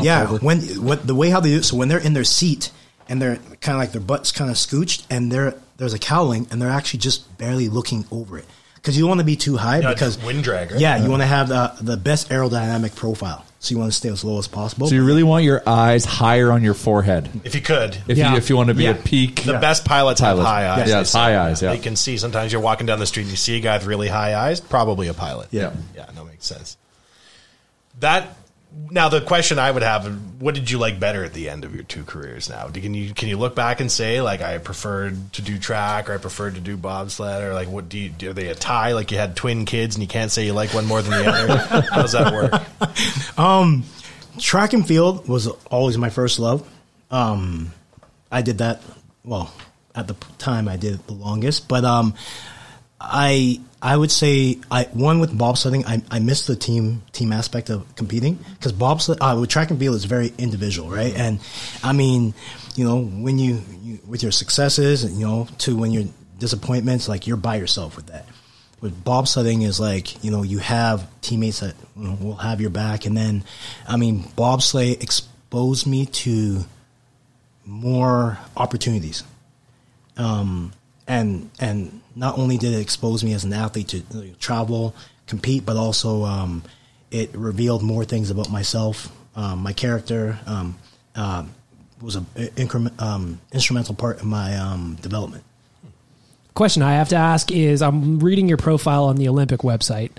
yeah, when what the way how they do it, so when they're in their seat and they're kind of like their butts kind of scooched and they're there's a cowling and they're actually just barely looking over it because you don't want to be too high
Yeah,
because
just wind drag, right?
Yeah, you want to have the the best aerodynamic profile, so you want to stay as low as possible.
So you really want your eyes higher on your forehead
If you could,
if you if you want to be a peak.
The best pilots have
pilot.
high eyes.
Yeah, it's
They
high
say.
eyes. Yeah,
They can see. Sometimes you're walking down the street and you see a guy with really high eyes, probably a pilot.
Yeah.
Yeah, that makes sense. That now the question I would have: What did you like better at the end of your two careers? Now, Do- can you can you look back and say like I preferred to do track or I preferred to do bobsled or like what do you are they a tie? Like you had twin kids and you can't say you like one more than the other. How does that work?
Um, track and field was always my first love. Um, I did that well at the p- time I did it the longest, but um, I I would say I one with bobsledding I I missed the team team aspect of competing because bobsled uh, with track and field is very individual, right? And I mean, you know, when you, you with your successes and you know to when your disappointments, like you're by yourself with that with bobsledding is like you know you have teammates that you know, will have your back, and then I mean bobsleigh exposed me to more opportunities um, and and not only did it expose me as an athlete to you know, travel, compete, but also um, it revealed more things about myself, um, my character. Um, uh, was an increment, um, instrumental part in my um, development.
Question I have to ask is I'm reading your profile on the Olympic website.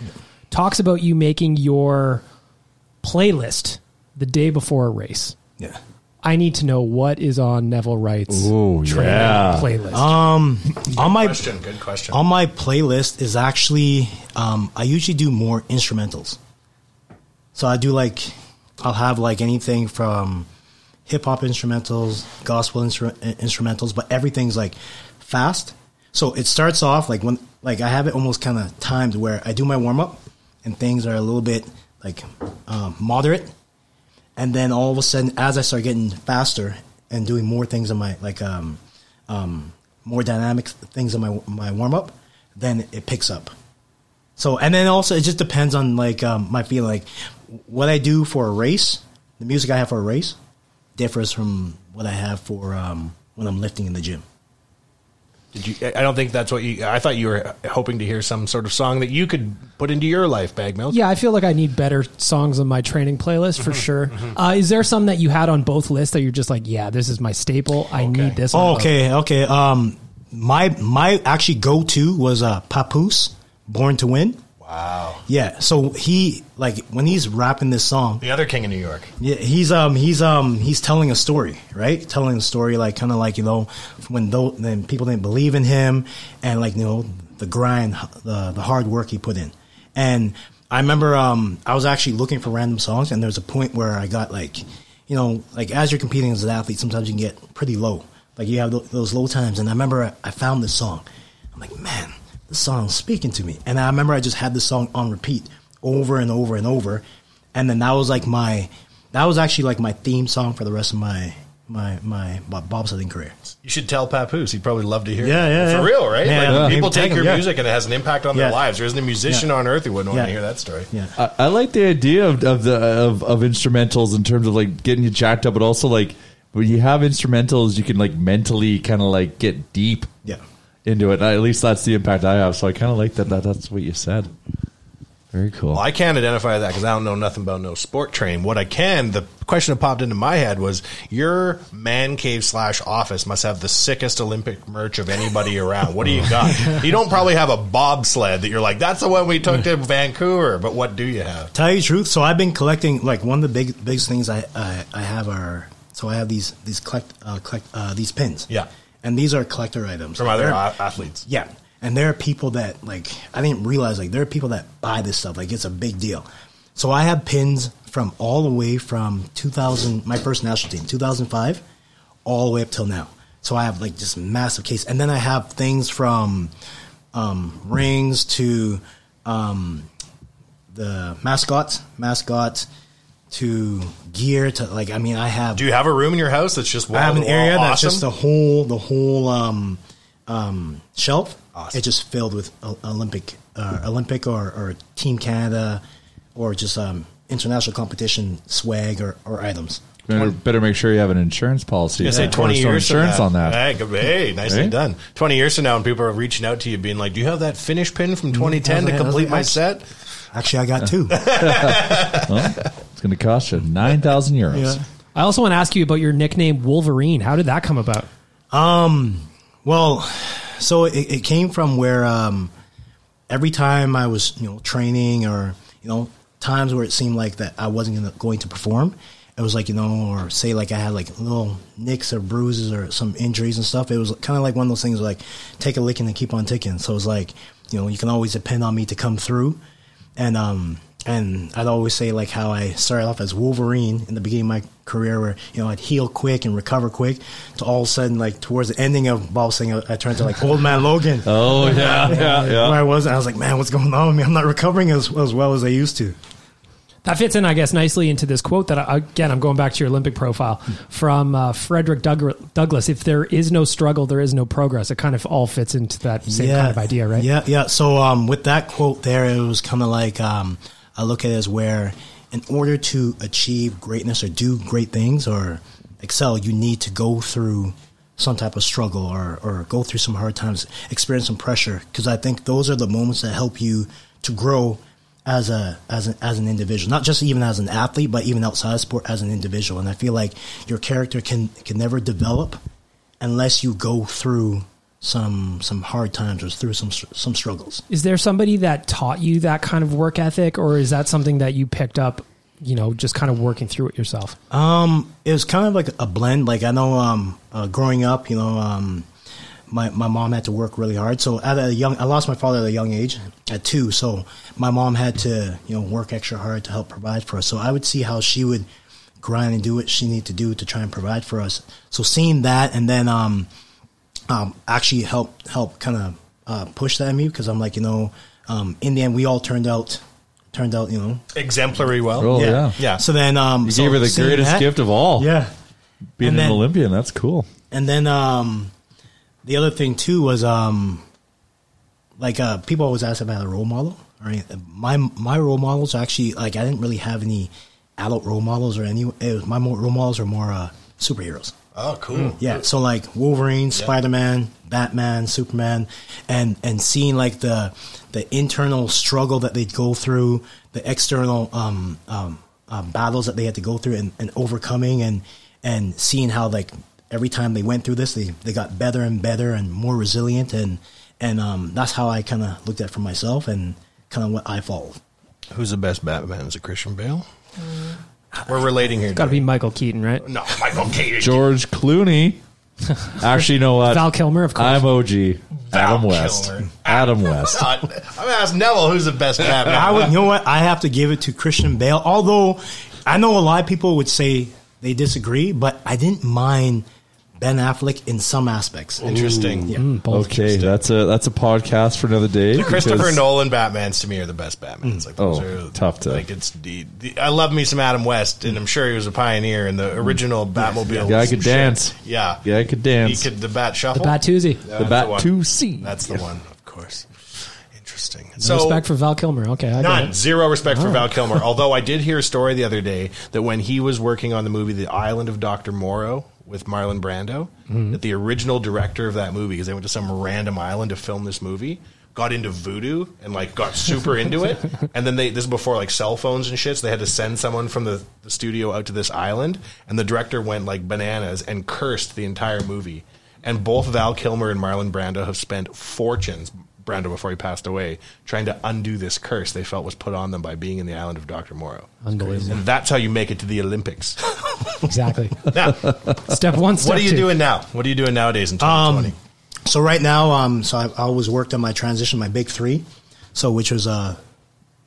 Talks about you making your playlist the day before a race.
Yeah.
I need to know what is on Neville Wright's
Ooh,
training
yeah.
playlist.
Um, on my
question, good question.
On my playlist is actually um, I usually do more instrumentals. So I do like I'll have like anything from hip hop instrumentals, gospel instru- uh, instrumentals, but everything's like fast. So it starts off like when like I have it almost kind of timed where I do my warm up and things are a little bit like um, moderate, and then all of a sudden as I start getting faster and doing more things in my like um, um, more dynamic things in my my warm up, then it picks up. So and then also it just depends on like um, my feeling. Like what I do for a race, the music I have for a race differs from what I have for um, when I'm lifting in the gym.
Did you? I don't think that's what you. I thought you were hoping to hear some sort of song that you could put into your life bag, Mills.
Yeah, I feel like I need better songs on my training playlist for sure. Uh, is there some that you had on both lists that you're just like, yeah, this is my staple. I need this. on both.
okay, okay. Um, my my actually go to was uh, Papoose, Born to Win. Wow. Yeah. So he like when he's rapping this song,
The other king of New York.
Yeah, he's um he's um he's telling a story, right? Telling a story like kind of like you know when though then people didn't believe in him and like you know the grind, the the hard work he put in. And I remember um I was actually looking for random songs and there was a point where I got like you know like as you're competing as an athlete, sometimes you can get pretty low. Like you have tho- those low times, and I remember I- I found this song. I'm like, man, this song's speaking to me. And I remember I just had this song on repeat over and over and over. And then that was like my, that was actually like my theme song for the rest of my, my, my bo- bobsledding career.
You should tell Papoose. He'd probably love to hear.
Yeah,
it.
yeah,
for
yeah.
real, right?
Yeah,
Like,
yeah.
People
Tag
take
him,
your
yeah.
music and it has an impact on their
Yeah.
lives. There isn't a musician
Yeah.
on earth who wouldn't want
Yeah.
to hear that story.
Yeah.
I, I like the idea of, of the of, of instrumentals in terms of like getting you jacked up, but also like when you have instrumentals, you can like mentally kind of like get deep
Yeah.
into it. At least that's the impact I have. So I kind of like that, that. That's what you said. Very cool.
Well, I can't identify that because I don't know nothing about no sport training. What I can, the question that popped into my head was your man cave slash office must have the sickest Olympic merch of anybody around. What do you got? You don't probably have a bobsled that you're like, that's the one we took to Vancouver, but what do you have?
Tell you the truth, so I've been collecting like one of the big biggest things I, I, I have are so I have these these collect uh, collect uh, these pins.
Yeah.
And these are collector items
From other
They're-
a- athletes.
Yeah. And there are people that like I didn't realize like there are people that buy this stuff like it's a big deal. So I have pins from all the way from 2000 my first national team 2005 all the way up till now. So I have like just massive case and then I have things from um, rings to um, the mascots, mascots to gear to like I mean I have
Do you have a room in your house that's just wall
I have an
to wall
area that's
awesome?
just the whole the whole um, um, shelf. It's just filled with O- Olympic, uh, Olympic or, or Team Canada, or just um, international competition swag or, or items.
better, better make sure you have an insurance policy.
You say
Of
twenty
course, no
years from
insurance
now.
on that.
Hey, good- hey, nicely
Right?
done. Twenty years from now, and people are reaching out to you, being like, "Do you have that finish pin
Mm,
from 2010 to
Yeah, I was
complete
like,
my
I-
set?"
Actually, I got two.
Well, it's going to cost you nine thousand euros.
I also want to ask you about your nickname Wolverine. How did that come about?
Um, well, so it, it came from where um, every time I was, you know, training or you know, times where it seemed like that I wasn't gonna, going to perform. It was like you know, or say like I had like little nicks or bruises or some injuries and stuff. It was kind of like one of those things like take a licking and keep on ticking. So it was like you know, you can always depend on me to come through, and um. And I'd always say like how I started off as Wolverine in the beginning of my career, where you know I'd heal quick and recover quick. To all of a sudden, like towards the ending of boxing, I, I turned to like Old Man Logan.
Oh yeah, yeah, yeah.
Where I was, I was like, man, what's going on with me? I'm not recovering as, as well as I used to.
That fits in, I guess, nicely into this quote that, I, again, I'm going back to your Olympic profile from uh, Frederick Doug- Douglass. If there is no struggle, there is no progress. It kind of all fits into that same kind of idea, right?
Yeah, yeah. So um, with that quote there, it was kind of like um, I look at it as where in order to achieve greatness or do great things or excel, you need to go through some type of struggle or, or go through some hard times, experience some pressure, because I think those are the moments that help you to grow as a as an as an individual, not just even as an athlete, but even outside of sport as an individual. And I feel like your character can can never develop unless you go through some some hard times or through some str- some struggles.
Is there somebody that taught you that kind of work ethic, or is that something that you picked up, you know, just kind of working through it yourself?
Um, it was kind of like a blend. Like I know, um, uh, growing up, you know, um, my my mom had to work really hard. So at a young, I lost my father at a young age, at two. So my mom had to, you know, work extra hard to help provide for us. So I would see how she would grind and do what she needed to do to try and provide for us. So seeing that, and then um, um, actually help help kind of uh, push that in me because I'm like, you know, um, in the end, we all turned out turned out, you know,
exemplary well.
So then, um,
Oh, you
so
gave her the
seeing
greatest
that-
gift of all.
Yeah,
being
And
an
then-
Olympian. That's cool.
And then um, the other thing too was um, like uh, people always ask about a role model. Or anything. my my role models actually like I didn't really have any adult role models or any. It was, my mo- role models are more uh, superheroes.
Oh, cool.
Mm.
Yeah, so like Wolverine, Spider Man, Batman, Superman, and and seeing like the the internal struggle that they'd go through, the external um, um, um, battles that they had to go through and, and overcoming, and and seeing how like every time they went through this, they they got better and better and more resilient, and and um, that's how I kind of looked at it for myself and kind of what I followed.
Who's the best Batman? Is it Christian Bale? Mm. We're relating here.
Got to be Michael Keaton, right?
No, Michael Keaton.
George Clooney. Actually, you know what?
Val Kilmer, of course.
I'm OG. Adam West.
Kilmer.
Adam West.
I'm going to ask Neville who's the best Batman.
I would, you know what? I have to give it to Christian Bale. Although I know a lot of people would say they disagree, but I didn't mind Ben Affleck in some aspects.
Interesting.
Yeah.
Hmm,
Mm. okay, that's a that's a podcast for another day.
The Christopher
because-
Nolan Batmans to me are the best Batmans. Like those
Oh,
are
tough to-
like it's the, the- I love me some Adam West, and I'm sure he was a pioneer in the original Batmobile.
The guy
was
could
shit.
dance.
Yeah,
Yeah, I could
he
dance.
could the Bat Shuffle,
The Bat-toozie.
Yeah,
The
that's
Bat
one.
Two-C.
That's the one, of course. Interesting.
No respect for Val Kilmer. Okay, I got
None.
it.
Zero respect for
All
Val
right.
Kilmer. Although I did hear a story the other day that when he was working on the movie The Island of Dr. Morrow with Marlon Brando, that the original director of that movie, because they went to some random island to film this movie, got into voodoo and like got super into it. And then they this is before like cell phones and shit, so they had to send someone from the, the studio out to this island, and the director went like bananas and cursed the entire movie. And both Val Kilmer and Marlon Brando have spent fortunes, Brando before he passed away, trying to undo this curse they felt was put on them by being in the island of Dr. Morrow.
Unbelievable.
And that's how you make it to the Olympics.
Exactly.
now,
Step one. Step
what are you
two.
doing now? What are you doing nowadays in 2020?
Um, so right now, um, so I, I always worked on my transition, my big three, so which was uh,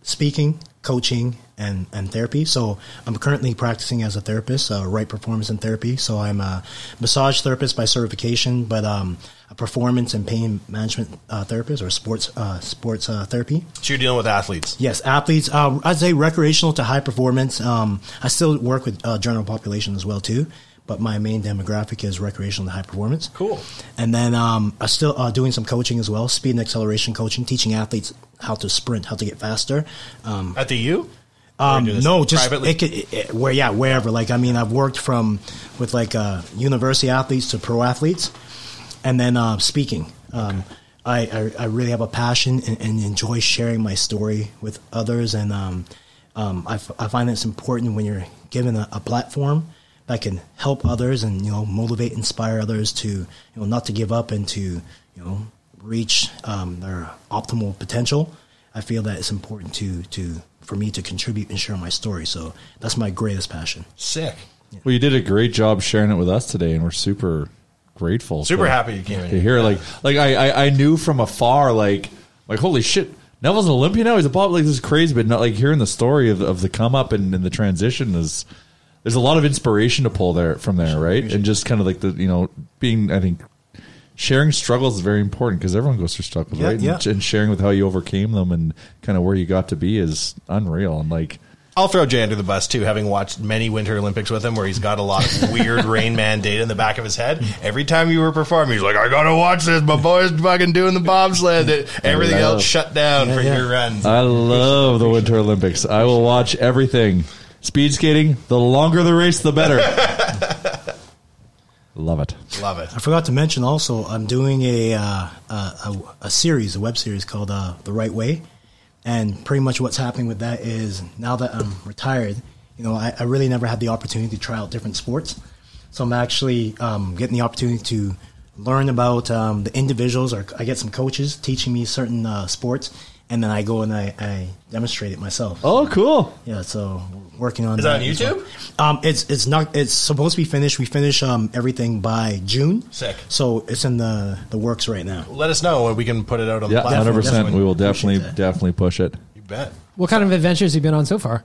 speaking, coaching, and and therapy. So I'm currently practicing as a therapist, uh, right performance and therapy. So I'm a massage therapist by certification, but um, a performance and pain management uh, therapist or sports uh, sports uh, therapy.
so you're dealing with athletes.
Yes, athletes. Uh, I'd say recreational to high performance. Um, I still work with uh, general population as well too, but my main demographic is recreational to high performance.
Cool.
And then um, I'm still uh, doing some coaching as well, speed and acceleration coaching, teaching athletes how to sprint, how to get faster. Um,
At the U?
um,
doing this
no, just
privately?
it could, it, it- where yeah, wherever. Like I mean, I've worked from with like uh, university athletes to pro athletes, and then uh, speaking. Um, I, I I really have a passion and, and enjoy sharing my story with others, and um, um, I, f- I find it's important when you're given a, a platform that can help others and you know motivate, inspire others to you know not to give up and to you know reach um, their optimal potential. I feel that it's important to to for me to contribute and share my story. So that's my greatest passion.
Sick.
Well, you did a great job sharing it with us today, and we're super grateful.
Super
for-
happy you came in.
to hear. Like, like I, I, I knew from afar, like, like holy shit, Neville's an Olympian now. He's a pop. Like this is crazy, but not like hearing the story of, of the come up and, and the transition is. There's a lot of inspiration to pull there from there, right? And just kind of like the you know being, I think, sharing struggles is very important because everyone goes through struggles,
Yeah,
right? And-
yeah.
And, sharing with how you overcame them and kind of where you got to be is unreal. And like,
I'll throw Jay under the bus too, having watched many Winter Olympics with him, where he's got a lot of weird Rain Man data in the back of his head. Every time you were performing, he's like, "I gotta watch this. My boy's fucking doing the bobsled. Everything
love-
else shut down for
yeah.
your runs."
I love the Winter Olympics. I will watch everything. Speed skating, the longer the race, the better. Love it.
Love it.
I forgot to mention also, I'm doing a uh, a, a, a series, a web series called uh, The Right Way, and pretty much what's happening with that is now that I'm retired, you know, I, I really never had the opportunity to try out different sports, so I'm actually um, getting the opportunity to learn about um, the individuals, or I get some coaches teaching me certain uh, sports, and then I go and I, I demonstrate it myself.
Oh, cool!
Yeah, so we're working on
Is that on
as well. Um, it's it's not it's supposed to be finished. We finish um, everything by June.
Sick.
So it's in the the works right now.
Let us know when we can put it out on
Yeah,
the platform.
hundred percent. We will
Appreciate
definitely
that.
definitely push it.
You bet.
What kind of adventures have you been on so far?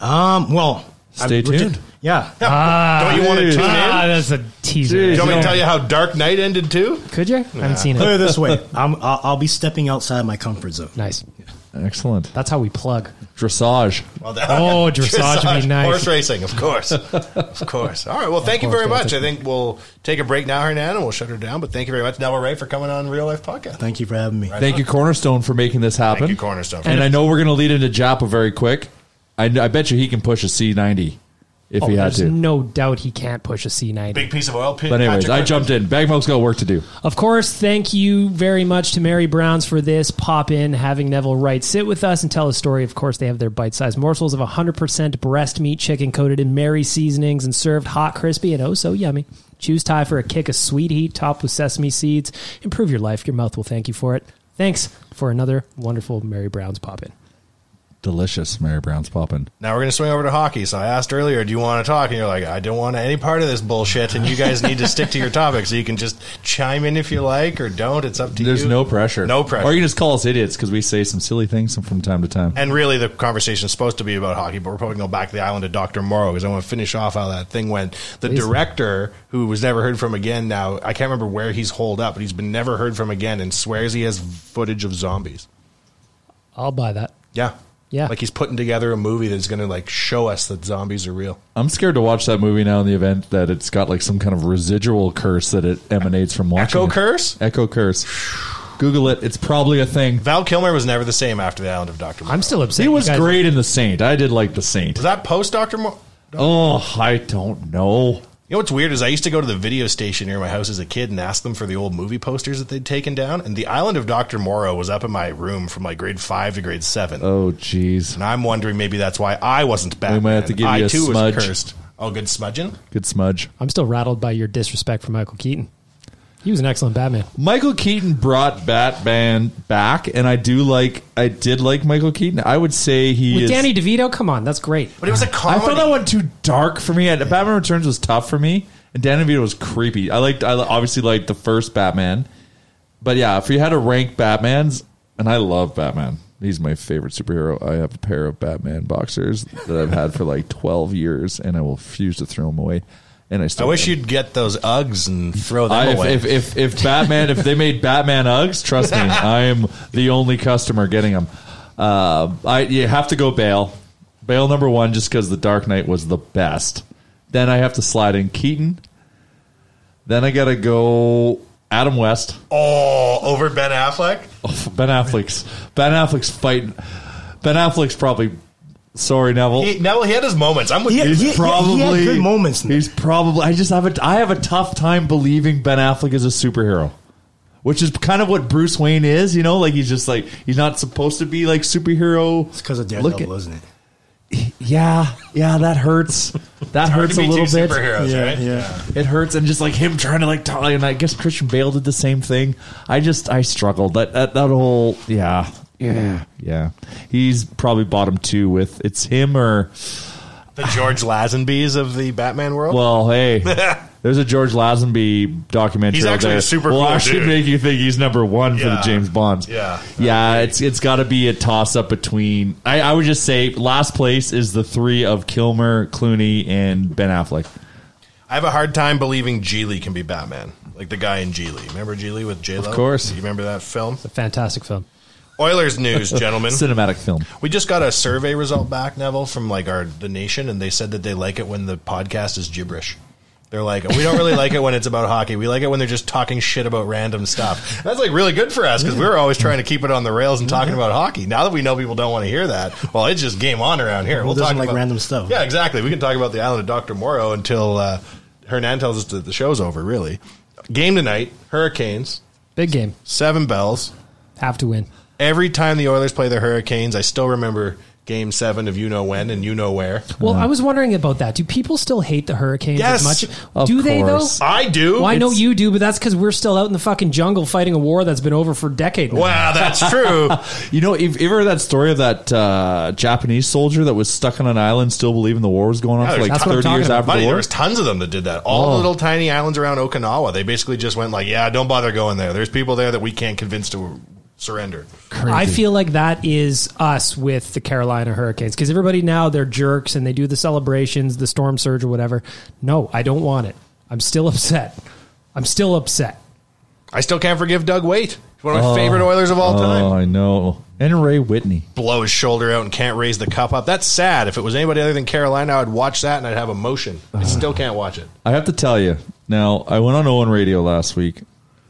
Um. Well,
Stay
we're ju-
tuned.
yeah.
Don't you want to
dude.
tune in?
Ah,
uh,
that's a teaser.
Do you want me to
No.
tell you how Dark Knight ended too?
Could you? I
Nah.
haven't seen
Put it
it.
this way, I'm I'll, I'll be stepping outside my comfort zone.
Nice.
Excellent.
That's how we plug.
Dressage.
Well, that-
Oh, dressage would be nice.
Horse racing, of course. of course. All right. Well, thank you
Horse
very much. I
racing.
think we'll take a break now, Hernan, and we'll shut her down. But thank you very much, Double Ray, for coming on Real Life Podcast.
Thank you for having me.
Thank you, Cornerstone, for making this happen.
Thank you, Cornerstone.
And I know we're going to lead into Japa very quick. I, kn- I bet you he can push a C90 if
Oh,
he had
there's
to.
no doubt he can't push a C90.
Big piece of oil. pin-
But anyways, I
contra-
jumped in. Bagmoke's got work to do.
Of course, thank you very much to Mary Browns for this pop in, having Neville Wright sit with us and tell a story. Of course, they have their bite sized morsels of 100% breast meat chicken coated in Mary seasonings and served hot, crispy, and oh so yummy. Choose Thai for a kick of sweet heat topped with sesame seeds. Improve your life. Your mouth will thank you for it. Thanks for another wonderful Mary Browns pop in.
Delicious, Mary Brown's popping.
Now we're going to swing over to hockey. So I asked earlier, do you want to talk? And you're like, I don't want any part of this bullshit. And you guys need to stick to your topic. So you can just chime in if you like or don't. It's up to
There's
you.
no pressure.
No pressure.
Or you can just call us idiots because we say some silly things from time to time.
And really, the conversation is supposed to be about hockey, but we're probably going to go back to the island of Dr. Morrow because I want to finish off how that thing went. The
Please.
director, who was never heard from again now, I can't remember where he's holed up, but he's been never heard from again and swears he has footage of zombies.
I'll buy that.
Yeah.
Yeah.
Like he's putting together a movie that's going to like show us that zombies are real.
I'm scared to watch that movie now in the event that it's got like some kind of residual curse that it emanates from watching.
Echo
it.
curse?
Echo curse. Google it. It's probably a thing.
Val Kilmer was never the same after the island of Dr. Morrow.
I'm still upset.
He
you
was
guys-
great in The Saint. I did like The Saint.
was that post Dr. Morrow?
Oh, I don't know.
You know what's weird is I used to go to the video station near my house as a kid and ask them for the old movie posters that they'd taken down. And the island of Dr. Morrow was up in my room from like grade five to grade seven.
Oh, jeez.
And I'm wondering maybe that's why I wasn't Batman.
might have to give
I
you a
too
smudge.
was cursed. Oh, good smudging.
Good smudge.
I'm still rattled by your disrespect for Michael Keaton. He was an excellent Batman.
Michael Keaton brought Batman back, and I do like. I did like Michael Keaton. I would say he
With
is.
Danny DeVito? Come on, that's great.
But it was a
I
comedy.
thought that went too dark for me. I- Batman Returns was tough for me, and Danny DeVito was creepy. I liked. I obviously liked the first Batman, but yeah, if you had to rank Batman's, and I love Batman. He's my favorite superhero. I have a pair of Batman boxers that I've had for like twelve years, and I will refuse to throw them away. And I
I
still
wish
have them.
you'd get those Uggs and throw them
I,
away.
if, if, if if Batman if they made Batman Uggs, trust me, I am the only customer getting them. Uh, I you have to go bail, bail number one just because the Dark Knight was the best. Then I have to slide in Keaton. Then I gotta go Adam West,
oh, over Ben Affleck?
Ben Affleck's Ben Affleck's fighting. Ben Affleck's probably sorry Neville.
He, now he had his moments. I'm with
He-
you.
he-
He's probably
he had good moments.
He's probably. I just have a. I have a tough time believing Ben Affleck is a superhero, which is kind of what Bruce Wayne is. You know, like he's just like he's not supposed to be like superhero.
It's because of
Look
Daredevil,
at-
isn't it?
Yeah, yeah, that hurts. That
Hard
hurts
to
a
be
little
two
bit.
Superheroes,
Yeah,
right?
yeah.
It hurts, and just like him trying to like talk, and I guess Christian Bale did the same thing. I just I struggled that that, that whole yeah yeah yeah. He's probably bottom two with it's him or.
The George Lazenbys of the Batman world.
Well, hey, there's a George Lazenby documentary.
He's
out
actually
there.
a super
Will
cool
actually
dude.
make you think he's number one for
Yeah.
the James Bonds.
Yeah.
yeah. It's it's got to be a toss up between. I, I would just say last place is the three of Kilmer, Clooney, and Ben Affleck.
I have a hard time believing Geely can be Batman, like the guy in Geely. Remember Geely with J Lo?
Of course.
You remember that film?
A fantastic film.
Oilers news, gentlemen.
Cinematic film.
We just got a survey result back, Neville, from like our the nation, and they said that they like it when the podcast is gibberish. They're like, we don't really like it when it's about hockey. We like it when they're just talking shit about random stuff. That's like really good for us because we were always trying to keep it on the rails and talking about hockey. Now that we know people don't want to hear that, well, it's just game on around here.
Who
We'll
doesn't
talk
like
about
random stuff?
Yeah, exactly. We can talk about the island of Dr. Morrow until uh, Hernan tells us that the show's over. Really, game tonight, Hurricanes,
big game,
seven bells.
Have to win.
Every time the Oilers play the Hurricanes, I still remember Game Seven of you know when and you know where.
Well, I was wondering about that. Do people still hate the hurricanes
Yes,
as much? do they though?
I do.
Well, I know
It's-
you do, but that's because we're still out in the fucking jungle fighting a war that's been over for a decade. now.
you know, if ever that story of that uh, Japanese soldier that was stuck on an island, still believing the war was going on
Yeah,
for
there's
like
tons-
thirty years after
Buddy,
the
There
war.
was tons of them that did that. All
Oh.
the little tiny islands around Okinawa, they basically just went like, "Yeah, don't bother going there. There's people there that we can't convince to surrender."
I feel like that is us with the Carolina Hurricanes because everybody now they're jerks and they do the celebrations, the storm surge or whatever. No, I don't want it. I'm still upset. I'm still upset.
I still can't forgive Doug Waite. One of my
Oh.
favorite Oilers of all
Oh,
time.
I know. And Ray Whitney.
Blow his shoulder out and can't raise the cup up. That's sad. If it was anybody other than Carolina, I'd watch that and I'd have emotion.
Uh-huh.
I still can't watch it.
I have to tell you. Now, I went on Owen Radio last week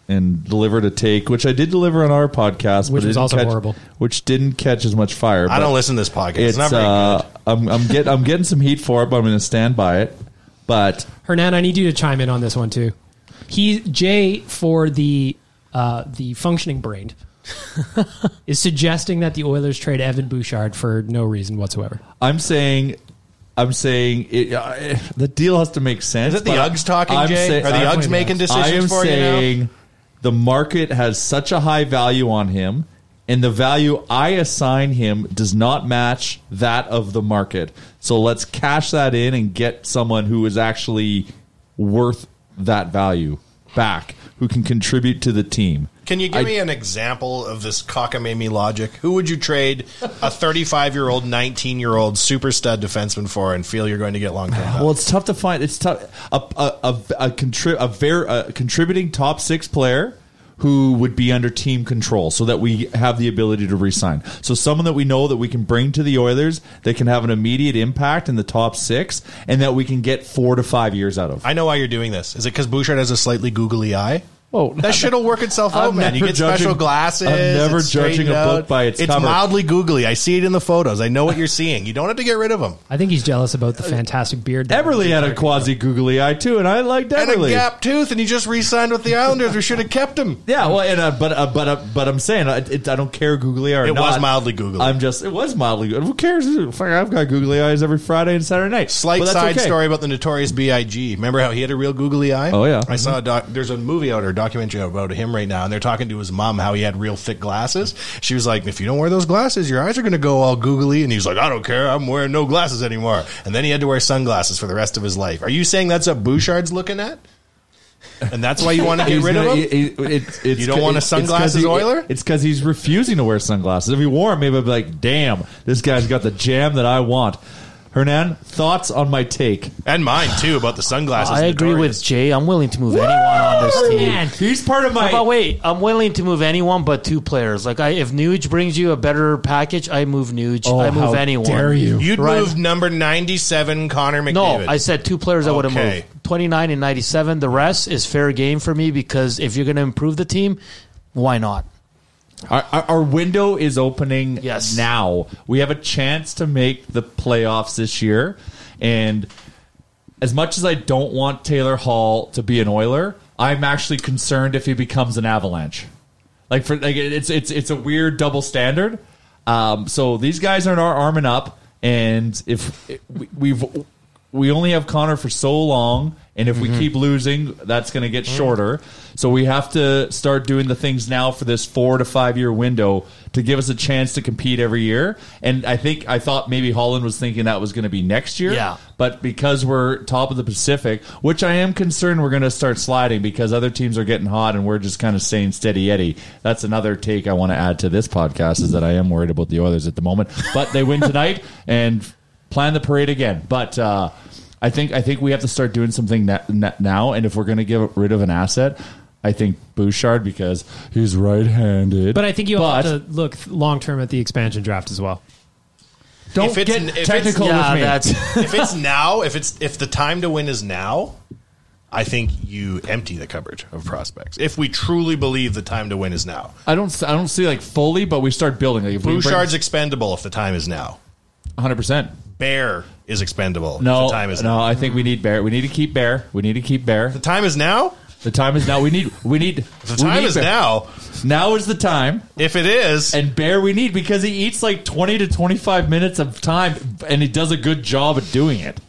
and delivered a take, which I did deliver on our podcast,
Which
it
was
didn't
also
catch-
horrible.
Which didn't catch as much fire.
I
but
don't listen to this podcast. It's,
It's,
not very
uh, I'm, I'm get I'm getting some heat for it, but I'm going to stand by it. But
Hernan, I need you to chime in on this one too. He Jay for the uh, the functioning brain is suggesting that the Oilers trade Evan Bouchard for no reason whatsoever.
I'm saying, I'm saying it, uh, the deal has to make sense.
Is it the
but
Uggs talking, Jay? Are the Uggs making decisions
I am
for you now?
saying the market has such a high value on him, and the value I assign him does not match that of the market. So let's cash that in and get someone who is actually worth that value back, who can contribute to the team.
Can you give
I-
me an example of this cockamamie logic? Who would you trade a 35 year old, 19 year old super stud defenseman for and feel you're going to get long term?
Well, it's tough to find. It's tough a a a, a, contri- a, ver- a contributing top six player who would be under team control, so that we have the ability to resign. So someone that we know that we can bring to the Oilers that can have an immediate impact in the top six, and that we can get four to five years out of.
I know why you're doing this. Is it because Bouchard has a slightly googly eye?
Oh,
that shit'll work itself out,
I'm
man. You
never
get special
judging-
glasses.
I'm never
it's straightened
judging a
out.
book by its
It's
cover.
mildly googly. I see it in the photos. I know what you're seeing. You don't have to get rid of them.
I think he's jealous about the
Uh,
fantastic beard. that-
Everly had a quasi googly eye too, and I liked
And
Everly.
a gap tooth, and he just re-signed with the Islanders. We should have kept him.
Yeah, well, and, uh, but uh, but uh, but I'm saying uh, it, I don't care googly eye. Or
It was
not.
mildly googly.
I'm just it was mildly. Who cares? Fuck, I've got googly eyes every Friday and Saturday night.
Slight
But that's
side
okay.
story about the notorious Big. Remember how he had a real googly eye?
Oh, yeah.
I saw a doc. There's a movie out or a documentary out about him right now, and they're talking to his mom how he had real thick glasses. She was like, "If you don't wear those glasses, your eyes are going to go all googly." And he's like, "I don't care. I'm wearing no glasses anymore." And then he had to wear sunglasses for the rest of his life. Are you saying that's what Bouchard's looking at? And that's why you want to get
He's
rid
gonna-
of him?
he- he- it's- it's-
You don't want a
it's 'cause
sunglasses
he-
oiler?
It's because he's refusing to wear sunglasses. If he wore 'em, maybe I'd be like, "Damn, this guy's got the jam that I want." Hernan, thoughts on my take
and mine too about the sunglasses.
I agree with Jay. I'm willing to move anyone on this team.
Man,
he's part of my.
But wait, I'm willing to move anyone but two players. Like, I, if Nuge brings you a better package, I move Nuge.
Oh,
I move
how
anyone.
dare you.
You'd
Right.
move number ninety-seven, Connor
No,
McDavid.
I said two players I would have
Okay.
moved. 29 and 97. The rest is fair game for me because if you're going to improve the team, why not?
Our, our, our window is opening now. We have a chance to make the playoffs this year. And as much as I don't want Taylor Hall to be an Oiler, I'm actually concerned if he becomes an Avalanche. Like for like it- it's it's it's a weird double standard. Um, so these guys aren't arming up, and if we- we've we only have Connor for so long, and if we
Mhm.
keep losing, that's going to get shorter. So we have to start doing the things now for this four to five year window to give us a chance to compete every year. And I think I thought maybe Holland was thinking that was going to be next year.
Yeah.
But because we're top of the Pacific, which I am concerned we're going to start sliding because other teams are getting hot and we're just kind of staying steady Eddie. That's another take I want to add to this podcast is that I am worried about the Oilers at the moment. But they win tonight and plan the parade again. But uh, I think I think we have to start doing something na- na- now. And if we're going to get rid of an asset, I think Bouchard because he's right-handed.
But I think you
But-
have to look long term at the expansion draft as well.
Don't
If it's-
get
if it's-
technical with me.
if it's now, if it's if the time to win is now, I think you empty the cupboard of prospects. If we truly believe the time to win is now,
I don't. I don't see like fully, but we start building. Like if we bring-
Bouchard's expendable if the time is now.
100%.
Bear is expendable.
No,
the time is
no.
now.
I think we need Bear. We need to keep Bear. We need to keep Bear. The
time is now.
The time is now. We need. We need. The
time is now.
Now is the time.
If it is,
and Bear, we need because he eats like twenty to twenty-five minutes of time, and he does a good job at doing it.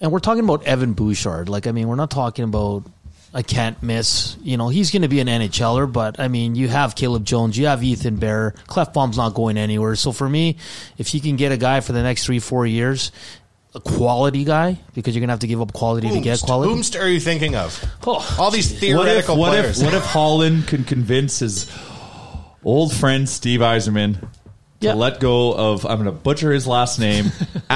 And we're talking about Evan Bouchard. Like, I mean, we're not talking about I can't miss. You know, he's going to be an NHLer, but I mean, you have Caleb Jones, you have Ethan Bear. Clefbaum's not going anywhere. So for me, if you can get a guy for the next three, four years, a quality guy, because you're going to have to give up quality to get
Whomst-
quality.
whomst are you thinking of? All these theoretical
Oh, what if,
players.
What if, what if Holland can convince his old friend Steve Eiserman to let go of? I'm going to butcher his last name,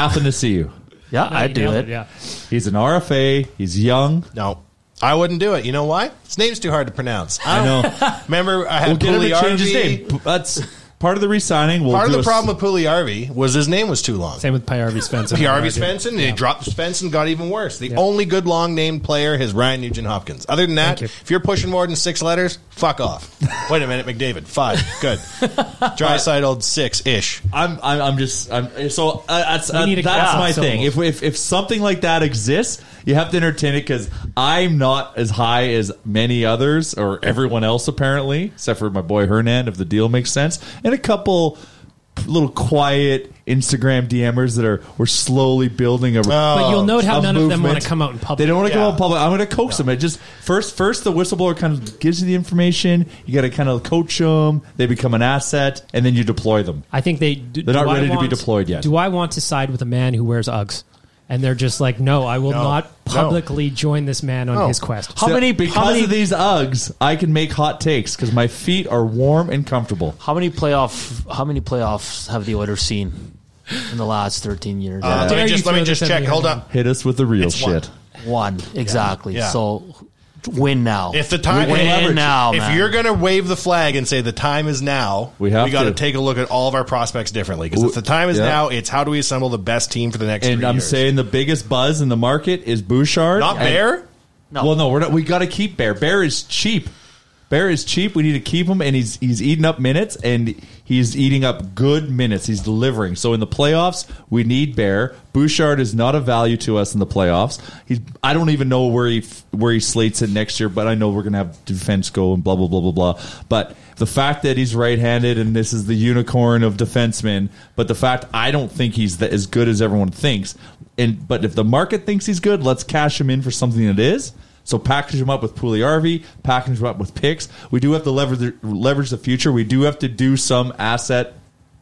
Athanasiu.
Yeah,
No, I'd you do nailed it. it, yeah.
he's an RFA. He's young.
No, I wouldn't do it. You know why? His name's too hard to pronounce.
I know.
Remember, I
we'll
had
get him to
Pugliarvi.
change his name. P- That's part of the re-signing. We'll
Part of
do
the
a s-
problem with Pugliarvi was his name was too long.
Same with Pyarvi Svensson.
PRV Svensson, they dropped Svensson, got even worse. The only good long named player is Ryan Nugent Hopkins. Other than that, if you're pushing more than six letters, fuck off. Wait a minute, McDavid, five, good. Dry old six ish.
I'm, I'm, I'm just, I'm, so uh, that's,
We
uh,
need a
that's
crowd
my
syllable.
thing. If, if, if something like that exists, you have to entertain it because I'm not as high as many others or everyone else, apparently, except for my boy Hernan, if the deal makes sense, and a couple little quiet Instagram DMers that are, we're slowly building a,
But you'll note
uh,
how
a
none of them
movement.
want to come out in public.
They don't want to go out in public. I'm going to coax them. It just first, first the whistleblower kind of gives you the information. You got to kind of coach them. They become an asset, and then you deploy them.
I think they do,
They're not
do I
ready to be
want-
deployed yet.
Do I want to side with a man who wears Uggs? And they're just like, no, I will
No.
not
No.
publicly join this man on his quest.
So, Because of these Uggs, I can make hot takes because my feet are warm and comfortable.
How many playoff? How many playoffs have the Oilers seen in the last thirteen years?
Uh, let me Dare
just- let me just check. Hold on.
Hit us with the real shit.
One exactly.
Yeah.
So win now.
If the time
win
if,
now, man.
you're going to wave the flag and say the time is now,
We have
got to
to.
take a look at all of our prospects differently. Because if the time is
Yeah.
now, it's how do we assemble the best team for the next.
And
three
I'm
years.
saying the biggest buzz in the market is Bouchard,
Not
And-
Bear?
No.
Well, no, we're not. We got to keep Bear. Bear is cheap. Bear is cheap. We need to keep him, and he's he's eating up minutes, and he's eating up good minutes. He's delivering. So in the playoffs, we need Bear. Bouchard is not a value to us in the playoffs. He's I don't even know where he where he slates it next year, but I know we're gonna have defense go and blah blah blah blah blah. But the fact that he's right-handed and this is the unicorn of defensemen, but the fact I don't think he's that, as good as everyone thinks. And but if the market thinks he's good, let's cash him in for something that is. So package them up with Puliarvi, package them up with picks. We do have to leverage the, leverage the future. We do have to do some asset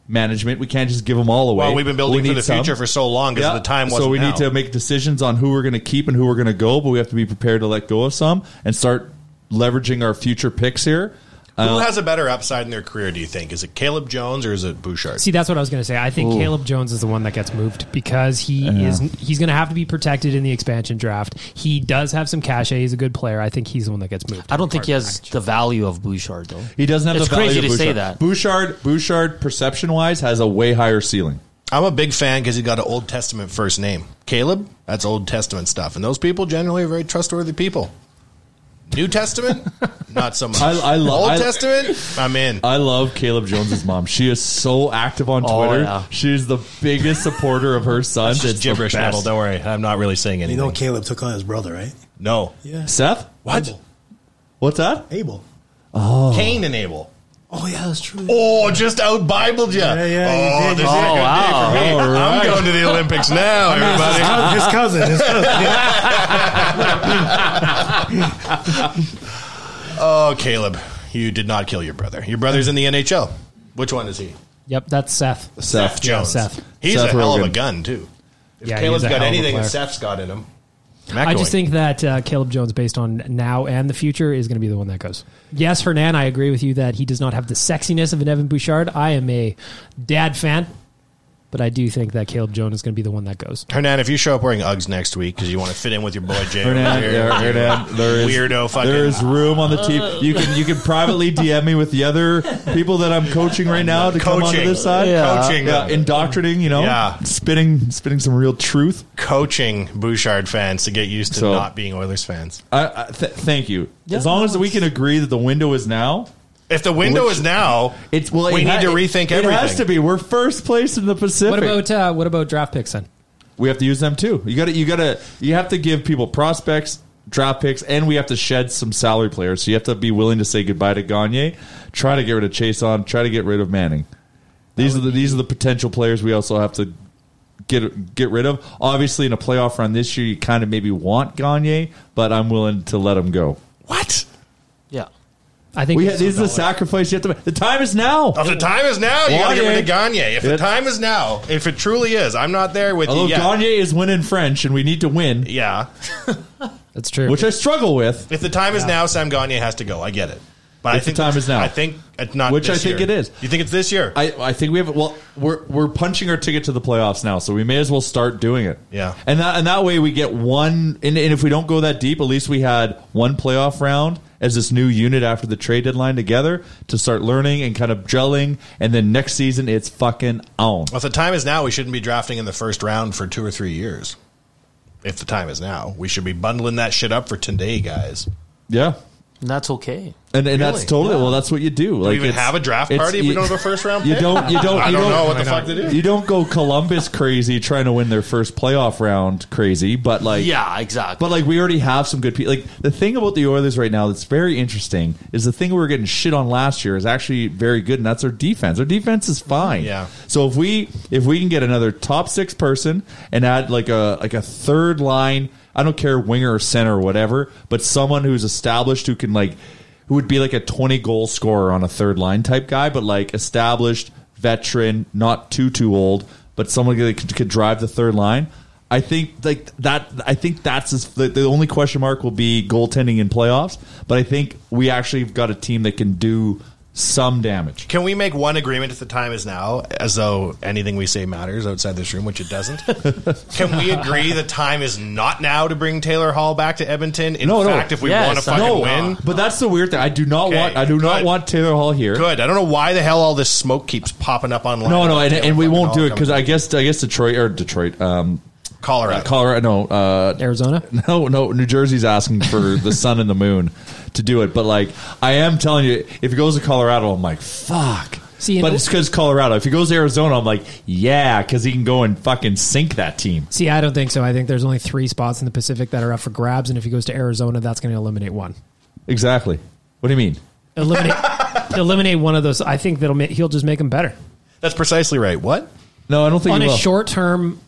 management. We can't just give them all away.
Well, we've been building
We
for
need
the future for so long 'cause the time
So
wasn't
we
now.
need to make decisions on who we're going to keep and who we're going to go. But we have to be prepared to let go of some and start leveraging our future picks here.
Who
Uh,
has a better upside in their career? Do you think is it Caleb Jones or is it Bouchard?
See, that's what I was going to say. I think
Ooh.
Caleb Jones is the one that gets moved because he
Yeah.
is he's going to have to be protected in the expansion draft. He does have some cachet. He's a good player. I think he's the one that gets moved.
I don't think he has the value of Bouchard though.
He doesn't have
It's
the value
crazy
of
to
Bouchard.
say that.
Bouchard, Bouchard, perception wise, has a way higher ceiling.
I'm a big fan because he got an Old Testament first name. Caleb, that's Old Testament stuff, and those people generally are very trustworthy people. New Testament, not so much.
I, I love
Old
I-
Testament. I'm in.
I love Caleb Jones's mom. She is so active on
Oh,
Twitter.
yeah.
She's the biggest supporter of her son.
That's just
It's the
gibberish
best.
babble. Don't worry, I'm not really saying
You
anything.
know, Caleb took on his brother, right?
no,
Yeah.
Seth, what? What's that?
Abel.
Oh,
Cain and Abel.
Oh yeah, that's true.
Oh, just out Bibled you.
Yeah, yeah.
Oh,
you did.
this is a good day for me. I'm going to the Olympics now,
I mean, it's
everybody.
His cousin. His cousin.
oh, Caleb, you did not kill your brother. Your brother's in the NHL. Which one is he?
Yep, that's Seth.
Seth
Yeah,
Jones.
Seth.
He's
Seth
a hell of
Rogen.
a gun too. If
Yeah,
Caleb's
he's a
got
hell of a
anything that
player.
Seth's got in him.
I just think that uh, Caleb Jones, based on now and the future, is going to be the one that goes. Yes, Hernan, I agree with you that he does not have the sexiness of an Evan Bouchard. I am a dad fan, but I do think that Caleb Jones is going to be the one that goes.
Hernan, if you show up wearing Uggs next week because you want to fit in with your boy Jay,
Hernan,
over here,
yeah,
you
Hernan, there is
weirdo fucking. Uh.
There is room on the team. You can you can privately DM me with the other people that I'm coaching right now to come onto
Coaching.
this side.
Yeah. Coaching.
yeah, indoctrinating. You know,
Yeah.
spitting spitting some real truth.
coaching Bouchard fans to get used to
So-
not being Oilers fans.
I, I th- thank you.
Yeah,
as long as we can agree that the window is now.
If the window
Which-
is now,
it's well,
we
it
need
ha-
to
it-
rethink
It has
everything.
to be. We're first place in the Pacific.
What about uh, what about draft picks then?
we have to use them too. You got to you got to you have to give people prospects, draft picks, and we have to shed some salary players. So you have to be willing to say goodbye to Gagne, try to get rid of Chase on, try to get rid of Manning. These are the these are the potential players we also have to get get rid of. Obviously, in a playoff run this year, you kind of maybe want Gagne, but I'm willing to let him go. What?
Yeah.
I think
we
it's Oh,
have, these are the sacrifice you have to make. The time is now.
If the time is now, you got to get rid of Gagne. If the time is now, if it truly is, I'm not there with
Although
you yet.
Gagne is winning French, and we need to win.
Yeah,
that's true.
Which I struggle with.
If the time is
Yeah.
now, Sam Gagne has to go. I get it, but I
If the
think
time is now.
I think it's not.
Which I
this
think
year.
it is.
You think it's this year?
I, I think we have well we're we're punching our ticket to the playoffs now, so we may as well start doing it.
Yeah.
And that and that way we get one and, and if we don't go that deep, at least we had one playoff round as this new unit after the trade deadline together to start learning and kind of gelling and then next season it's fucking on.
Well, if the time is now, we shouldn't be drafting in the first round for two or three years. If the time is now, we should be bundling that shit up for today, guys.
Yeah.
And that's okay.
And, and that's
Really?
totally well. That's what you do.
we even
it's-
have a draft
it's-
party if we
you-
don't have a first round
You
pick?
don't. You don't.
I
you
don't know what the fuck to do.
You don't go Columbus crazy trying to win their first playoff round crazy, but like
Yeah, exactly.
But like we already have some good people. Like the thing about the Oilers right now that's very interesting is the thing we were getting shit on last year is actually very good, and that's their defense. Their defense is fine.
Yeah.
So if we if we can get another top six person and add like a like a third line, I don't care winger or center or whatever, but someone who's established who can like who would be like a twenty goal scorer on a third line type guy, but like established veteran, not too too old, but someone that could, could drive the third line. I think like that. I think that's as, the, the only question mark will be goaltending in playoffs. But I think we actually have got a team that can do some damage.
Can we make one agreement if the time is now, as though anything we say matters outside this room, which it doesn't? Can we agree the time is not now to bring Taylor Hall back to Edmonton? In fact, if we want to fucking
No,
win,
But that's the weird thing. I do not
Okay,
want. I do not
good.
want Taylor Hall here.
good. I don't know why the hell all this smoke keeps popping up online.
No, no, and,
Taylor
and we
fucking
won't
Hall
do it because
comes-
I guess I guess Detroit or Detroit, um,
Colorado,
Colorado, no, uh,
Arizona,
no, no, New Jersey's asking for the sun and the moon to do it. But like, I am telling you, if it goes to Colorado, I'm like, fuck.
See, and-
but it's because Colorado. If he goes to Arizona, I'm like, yeah, because he can go and fucking sink that team.
See, I don't think so. I think there's only three spots in the Pacific that are up for grabs, and if he goes to Arizona, that's going to eliminate one.
Exactly. What do you mean?
Eliminate, eliminate one of those. I think that'll make, he'll just make him better
That's precisely right. What?
No, I don't think
on
he
a
will.
short term.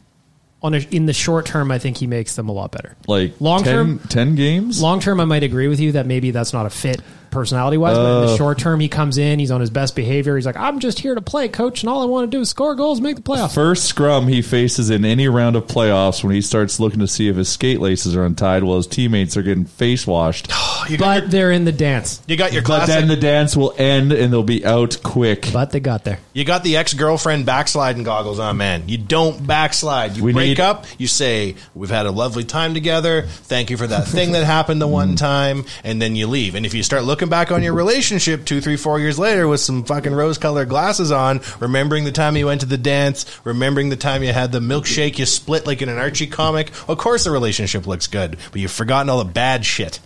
On a, in the short term, I think he makes them a lot better.
like
Long term-
10, 10 games.
Long term, I might agree with you that maybe that's not a fit personality wise, but in the
Uh.
short term, he comes in, he's on his best behavior. He's like, I'm just here to play, coach, and all I want to do is score goals, make the playoffs.
First scrum he faces in any round of playoffs when he starts looking to see if his skate laces are untied while his teammates are getting face washed.
but they're in the dance.
You got your
But
Oh, classic.
then the dance will end and they'll be out quick.
But they got there.
you got the ex girlfriend backsliding goggles on, man. You don't backslide. You
We
break
need-
up. You say, "We've had a lovely time together. Thank you for that thing that happened the one time," and then you leave. And if you start looking back on your relationship two, three, four years later with some fucking rose-colored glasses on, remembering the time you went to the dance, remembering the time you had the milkshake you split like in an Archie comic, of course the relationship looks good, but you've forgotten all the bad shit.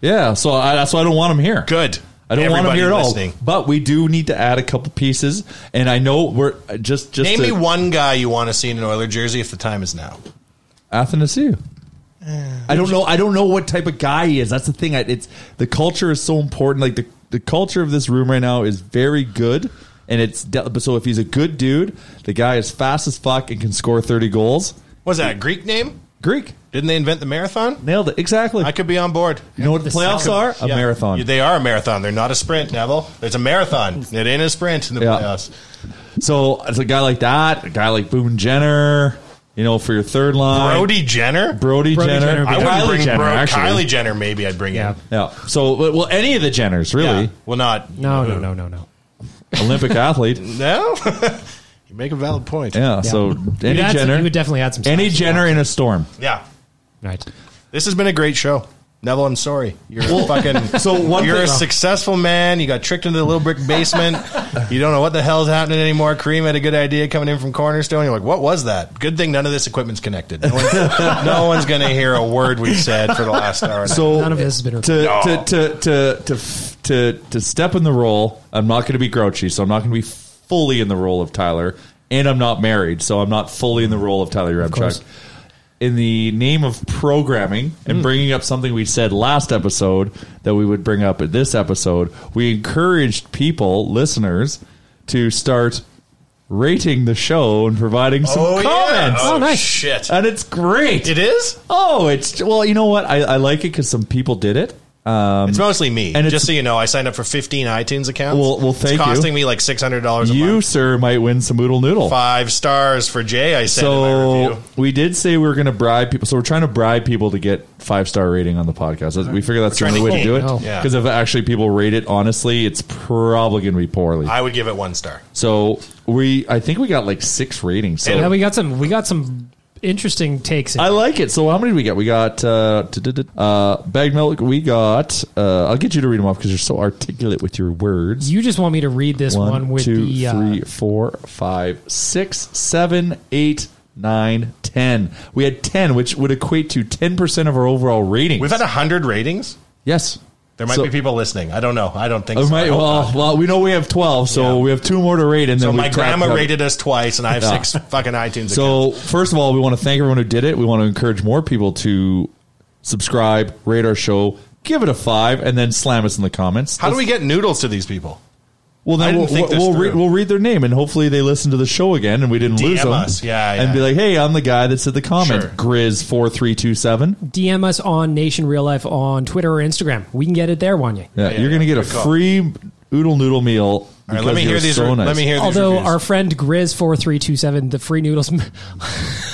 Yeah, so I, that's why I don't want him here.
Good.
I don't want him
Everybody
here at
listening.
all. But we do need to add a couple pieces, and I know we're uh, just just
Name
to,
me one guy you want to see in an Oiler jersey if the time is now.
Athanasiu. I don't know. I don't know what type of guy he is. That's the thing. I, it's the culture is so important. Like the the culture of this room right now is very good, and it's de- but so if he's a good dude, the guy is fast as fuck and can score thirty goals.
Was that a Greek name?
Greek.
Didn't they invent the marathon?
Nailed it exactly.
I could be on board.
You know what the playoffs are? A
Yeah.
marathon.
They are a marathon. They're not a sprint, Neville. It's a marathon. It ain't a sprint in the
Yeah.
playoffs.
So it's a guy like that, a guy like Boone Jenner, you know, for your third line.
Brody Jenner?
Brody,
Brody
Jenner.
Jenner would be- I wouldn't
Kylie
bring
Jenner,
Bro-
actually.
Kylie Jenner, maybe I'd bring in.
Yeah. So, but- well, any of the Jenners, really.
Yeah. Well, not.
No, no, no, no, no.
Olympic athlete.
No? you make a valid point.
Yeah. So,
You'd
any
add some-
Jenner.
you would definitely add some
Any
size.
Jenner in a storm.
Yeah.
Right.
This has been a great show. Neville, I'm sorry. You're a
Well,
fucking.
so one
you're
thing-
a successful man. You got tricked into the little brick basement. you don't know what the hell's happening anymore. Kareem had a good idea coming in from Cornerstone. You're like, what was that? Good thing none of this equipment's connected. No, one, no one's going to hear a word we've said for the last hour. and a
So
None of this has been
to,
recorded.
to, to, to, to, f- to, to step in the role, I'm not going to be grouchy, so I'm not going to be fully in the role of Tyler, and I'm not married, so I'm not fully in the role of Tyler
course.
Remchuk. in the name of programming
Mm.
and bringing up something we said last episode that we would bring up at this episode, we encouraged people, listeners, to start rating the show and providing some
Oh, yeah.
comments.
Oh, Oh, nice. shit.
And it's great.
It is?
Oh, it's well, you know what? I, I like it because some people did it. Um,
It's mostly me.
And
And
it's-
just so you know, I signed up for 15 iTunes accounts.
Well- well, thank you.
it's costing me like $600 a
you,
month.
sir, might win some oodle noodle.
Five stars for Jay, I said in my review.
so we did say we were going to bribe people. So we're trying to bribe people to get five star rating on the podcast. We figure that's the
We're
only
trying
way
to
to do it.
game it. Yeah.
Because if actually people rate it honestly, it's probably going to be poorly.
I would give it one star.
so we, I think we got like six ratings. So
yeah, we got some. We got some interesting takes. In
I like it. So how many did we get? We got uh, duh, duh, duh, uh, bag milk. We got. Uh, I'll get you to read them off because you're so articulate with your words.
You just want me to read this one, with
two,
the. Uh,
three, four, five, six, seven, eight, nine, ten. We had ten, which would equate to ten percent of our overall ratings.
We've had 100 ratings?
Yes.
There might
So-
be people listening. I don't know. I don't think
Oh,
so. I
my-
hope
well,
not.
well, we know we have twelve, so we have two more to rate, and
so
then we
my
crack
grandma
up.
rated us twice, and I have
Yeah.
six fucking iTunes accounts.
So, first of all, we want to thank everyone who did it. We want to encourage more people to subscribe, rate our show, give it a five, and then slam us in the comments.
How do we get noodles to these people?
Well,
I
then
didn't
we'll,
think this
we'll, re-
through.
we'll read their name, and hopefully they listen to the show again, and we didn't
DM
lose them.
us. Yeah,
and
yeah.
be like, "Hey, I'm the guy that said the comment,
Sure.
Grizz four three two seven.
DM us on Nation Real Life on Twitter or Instagram. We can get it there, Wanya.
Yeah, you're gonna get a
Good call.
free oodle noodle meal. All
right, let me hear these re- let me hear
Although our friend Grizz four three two seven, the free noodles,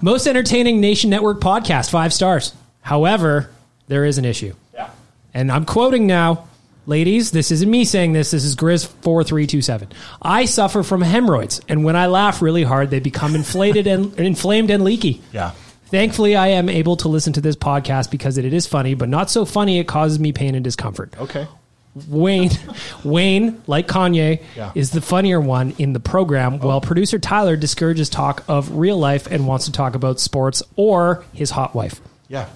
most entertaining Nation Network podcast, five stars. However, there is an issue. Yeah. And I'm quoting now, ladies. This isn't me saying this. This is Grizz four three two seven. I suffer from hemorrhoids, and when I laugh really hard, they become inflated and inflamed and leaky.
Yeah.
Thankfully, I am able to listen to this podcast because it is funny, but not so funny it causes me pain and discomfort.
Okay.
Wayne, Wayne, like Kanye,
Yeah.
is the funnier one in the program, while producer Tyler discourages talk of real life and wants to talk about sports or his hot wife.
Yeah.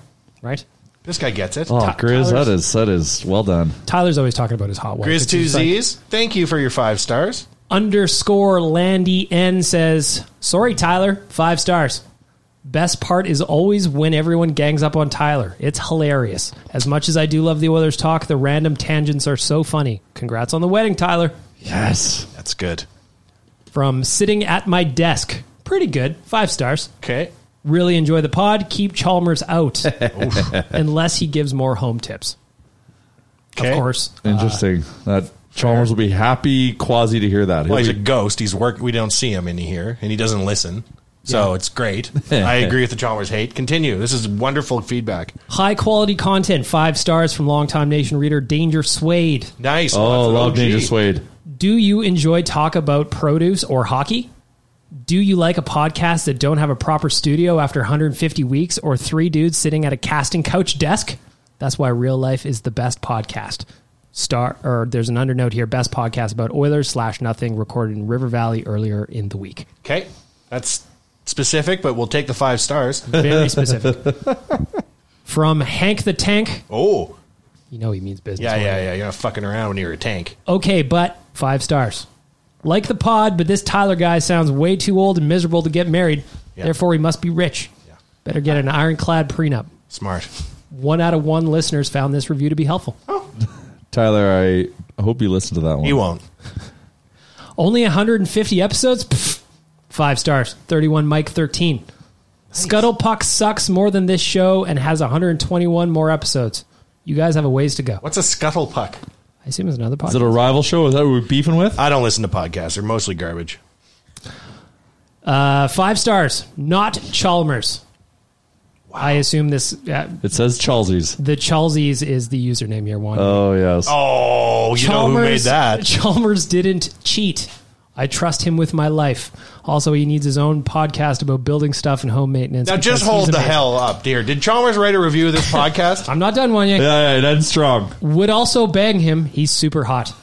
Right?
This guy gets it.
Oh,
Ty-
Grizz, that
Tyler's-
is that is well done.
Tyler's always talking about his hot wife.
Grizz
which
two
is like-
Z's. Thank you for your five stars.
Underscore Landy N says, Sorry, Tyler, five stars. Best part is always when everyone gangs up on Tyler. It's hilarious. As much as I do love the Oilers talk, the random tangents are so funny. Congrats on the wedding, Tyler.
Yes.
That's good.
From sitting at my desk. Pretty good. Five stars.
Okay.
Really enjoy the pod. Keep Chalmers out unless he gives more home tips. Of course.
Interesting. that Chalmers will be happy quasi to hear that.
Uh, Well,
He'll
he's a
be-
ghost. He's work. We don't see him in here, and he doesn't listen. So it's great. I agree with the Chalmers hate. Continue. This is wonderful feedback.
High quality content. Five stars from longtime nation reader Danger Suede.
Nice.
oh,
That's an
love
OG.
Danger Suede.
Do you enjoy talk about produce or hockey? Do you like a podcast that don't have a proper studio after 150 weeks or three dudes sitting at a casting couch desk? That's why Real Life is the best podcast. Star or there's an undernote here. Best podcast about Oilers slash nothing recorded in River Valley earlier in the week.
Okay, that's specific, but we'll take the five stars.
Very specific. From Hank the Tank.
Oh,
you know he means business.
Yeah, yeah, yeah. You're not fucking around when you're a tank.
Okay, but five stars. Like the pod, but this Tyler guy sounds way too old and miserable to get married. Therefore, he must be rich. Better get an ironclad prenup.
Smart.
One out of one listeners found this review to be helpful.
Tyler, I hope you listen to that one. He
won't.
Only 150 episodes? Pff, five stars. 31 Mike 13. Scuttlepuck sucks more than this show and has 121 more episodes. You guys have a ways to go.
What's a scuttlepuck?
I assume it's another podcast.
Is it a rival show? Is that what we're beefing with?
I don't listen to podcasts. They're mostly garbage.
Uh, five stars. Not Chalmers. I assume this. Uh,
It says Chalsies.
the Chalsies is the username you're wanting.
Oh yes.
Oh, you know who made that?
Chalmers didn't cheat. I trust him with my life. Also, he needs his own podcast about building stuff and home maintenance.
Now
because
just hold
he's
the
amazing.
hell up, dear. Did Chalmers write a review of this podcast?
I'm not done, one yet.
Yeah, yeah, that's strong.
Would also bang him. He's super hot.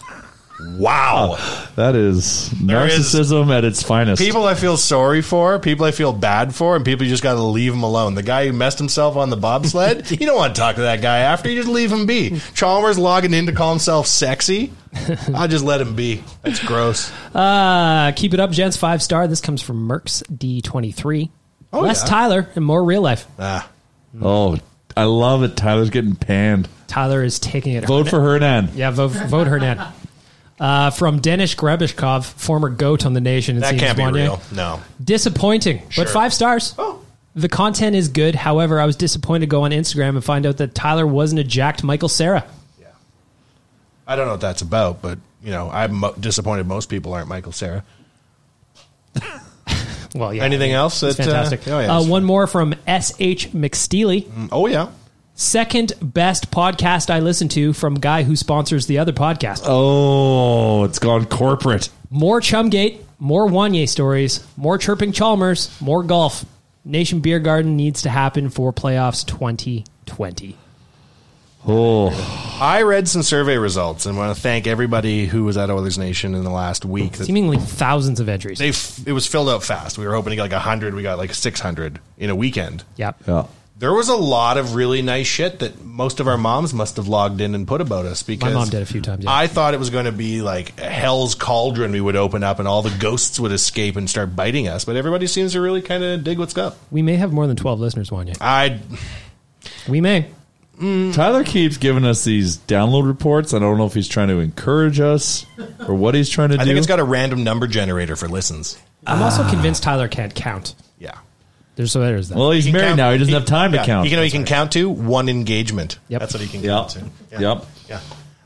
Wow.
That is
There is-
narcissism at its finest.
People I feel sorry for, people I feel bad for, and people you just got to leave them alone. The guy who messed himself on the bobsled, you don't want to talk to that guy after. You just leave him be. Chalmers logging in to call himself sexy. I'll just let him be. That's gross.
Uh, keep it up, gents. Five star. This comes from Merck's D23. Oh, Less yeah. Tyler and more real life.
Ah. Oh, I love it. Tyler's getting panned.
Tyler is taking it.
Vote for Hernan.
Yeah, vote, vote Hernan. Uh, from Denish Grebishkov, former GOAT on the nation. It
That
seems,
can't be
Wanya.
real. No.
Disappointing,
Sure.
but five stars. Oh. The content is good. However, I was disappointed to go on Instagram and find out that Tyler wasn't a jacked Michael Sarah.
I don't know what that's about, but you know, I'm mo- disappointed most people aren't Michael Sarah.
well, yeah.
Anything else?
It's
that, uh,
fantastic.
oh, yeah,
Uh,
it's-
one more from S.H. McSteely.
oh, yeah.
Second best podcast I listen to from guy who sponsors the other podcast.
Oh, it's gone corporate.
More Chumgate, more Wanye stories, more chirping Chalmers, more golf. Nation Beer Garden needs to happen for playoffs 2020.
Oh,
I read some survey results and want to thank everybody who was at Oilers Nation in the last week.
Seemingly thousands of entries.
They f- it was filled out fast. We were hoping to get like 100. We got like 600 in a weekend.
Yep.
Yeah.
There was a lot of really nice shit that most of our moms must have logged in and put about us because
mom did a few times, yeah.
I thought it was going to be like a hell's cauldron we would open up and all the ghosts would escape and start biting us, but everybody seems to really kind of dig what's up.
We may have more than 12 listeners, Wanya.
I
We may.
Tyler keeps giving us these download reports. I don't know if he's trying to encourage us or what he's trying to do.
I think it's got a random number generator for listens.
I'm
Ah.
also convinced Tyler can't count.
Yeah.
There's so there's that.
Well, he's
He can
married
count-
now. He doesn't
he-
have time
yeah,
to count.
He can, he can count to one engagement. Yep. That's what he can count to. Yeah.
Yep.
Yeah.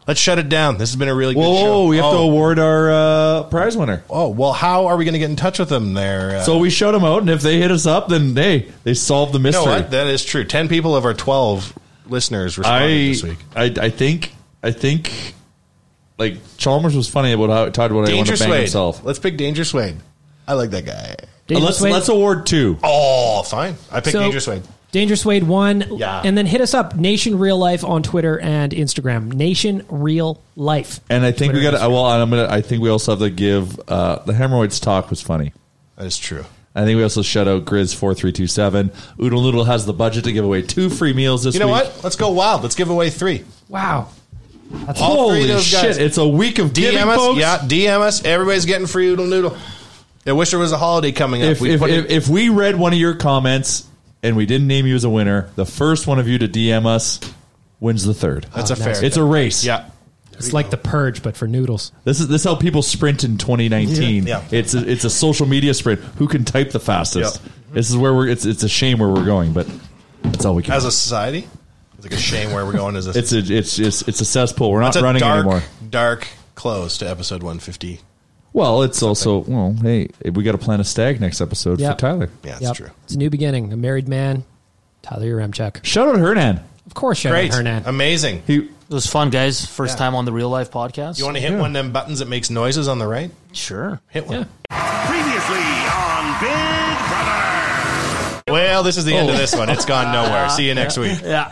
Let's shut it down. This has been a really
Whoa,
good show.
we have to
Oh.
award our uh, prize winner.
Oh, well, how are we going to get in touch with them there? uh,
So we showed them out, and if they hit us up, then hey, they solved the
you know
mystery.
what? That is true. 10 people of our 12 listeners responded
I,
this week.
I I think I think like Chalmers was funny about how talked about how he wanted
Dangerous
to bang
Wade.
himself.
Let's pick Dangerous Wade. I like that guy.
Dangerous
let's
Wade?
let's award two.
Oh, fine. I picked Dangerous Wade.
Dangerous Wade one.
Yeah.
And then hit us up, Nation Real Life on Twitter and Instagram. Nation Real Life.
And I think we
Twitter
got. Well, and I'm gonna. I think we also have to give uh, the hemorrhoids talk was funny.
That is true.
I think we also shout out Grizz four three two seven. Oodle Noodle has the budget to give away two free meals this
You know
week.
what? Let's go wild. Let's give away three.
Wow. That's
All three
Holy
of those
shit!
guys.
It's a week of
DM
giving,
us.
folks.
Yeah, DM us. Everybody's getting free oodle noodle. I wish there was a holiday coming up.
If
We
if,
put it-
if, if we read one of your comments and we didn't name you as a winner, the first one of you to DM us wins the third.
That's a fair.
Oh, It's a race.
Yeah.
It's like the purge, but for noodles.
This is this is how people sprint in 2019.
Yeah.
It's a, it's a social media sprint. Who can type the fastest? Mm-hmm. This is where we're. It's it's a shame where we're going, but that's all we can.
As a society, it's like a shame where we're going as a
it's a it's it's it's a cesspool. We're not
That's a
running
dark,
anymore.
Dark close to episode 150.
Well, it's also well. Hey, we got to plan a stag next episode
Yep.
for Tyler.
Yeah, it's
Yep.
true.
It's a new beginning. A married man, Tyler Remchuk.
Shout out Hernan.
Of course, shout
Great,
out Hernan.
amazing.
He
It was fun, guys. First
Yeah.
time on the real life podcast.
You want to hit one of them buttons that makes noises on the right?
Sure.
Hit one.
Previously on Big Brother.
Well, this is the end of this one. It's gone nowhere. See you next week.
Yeah.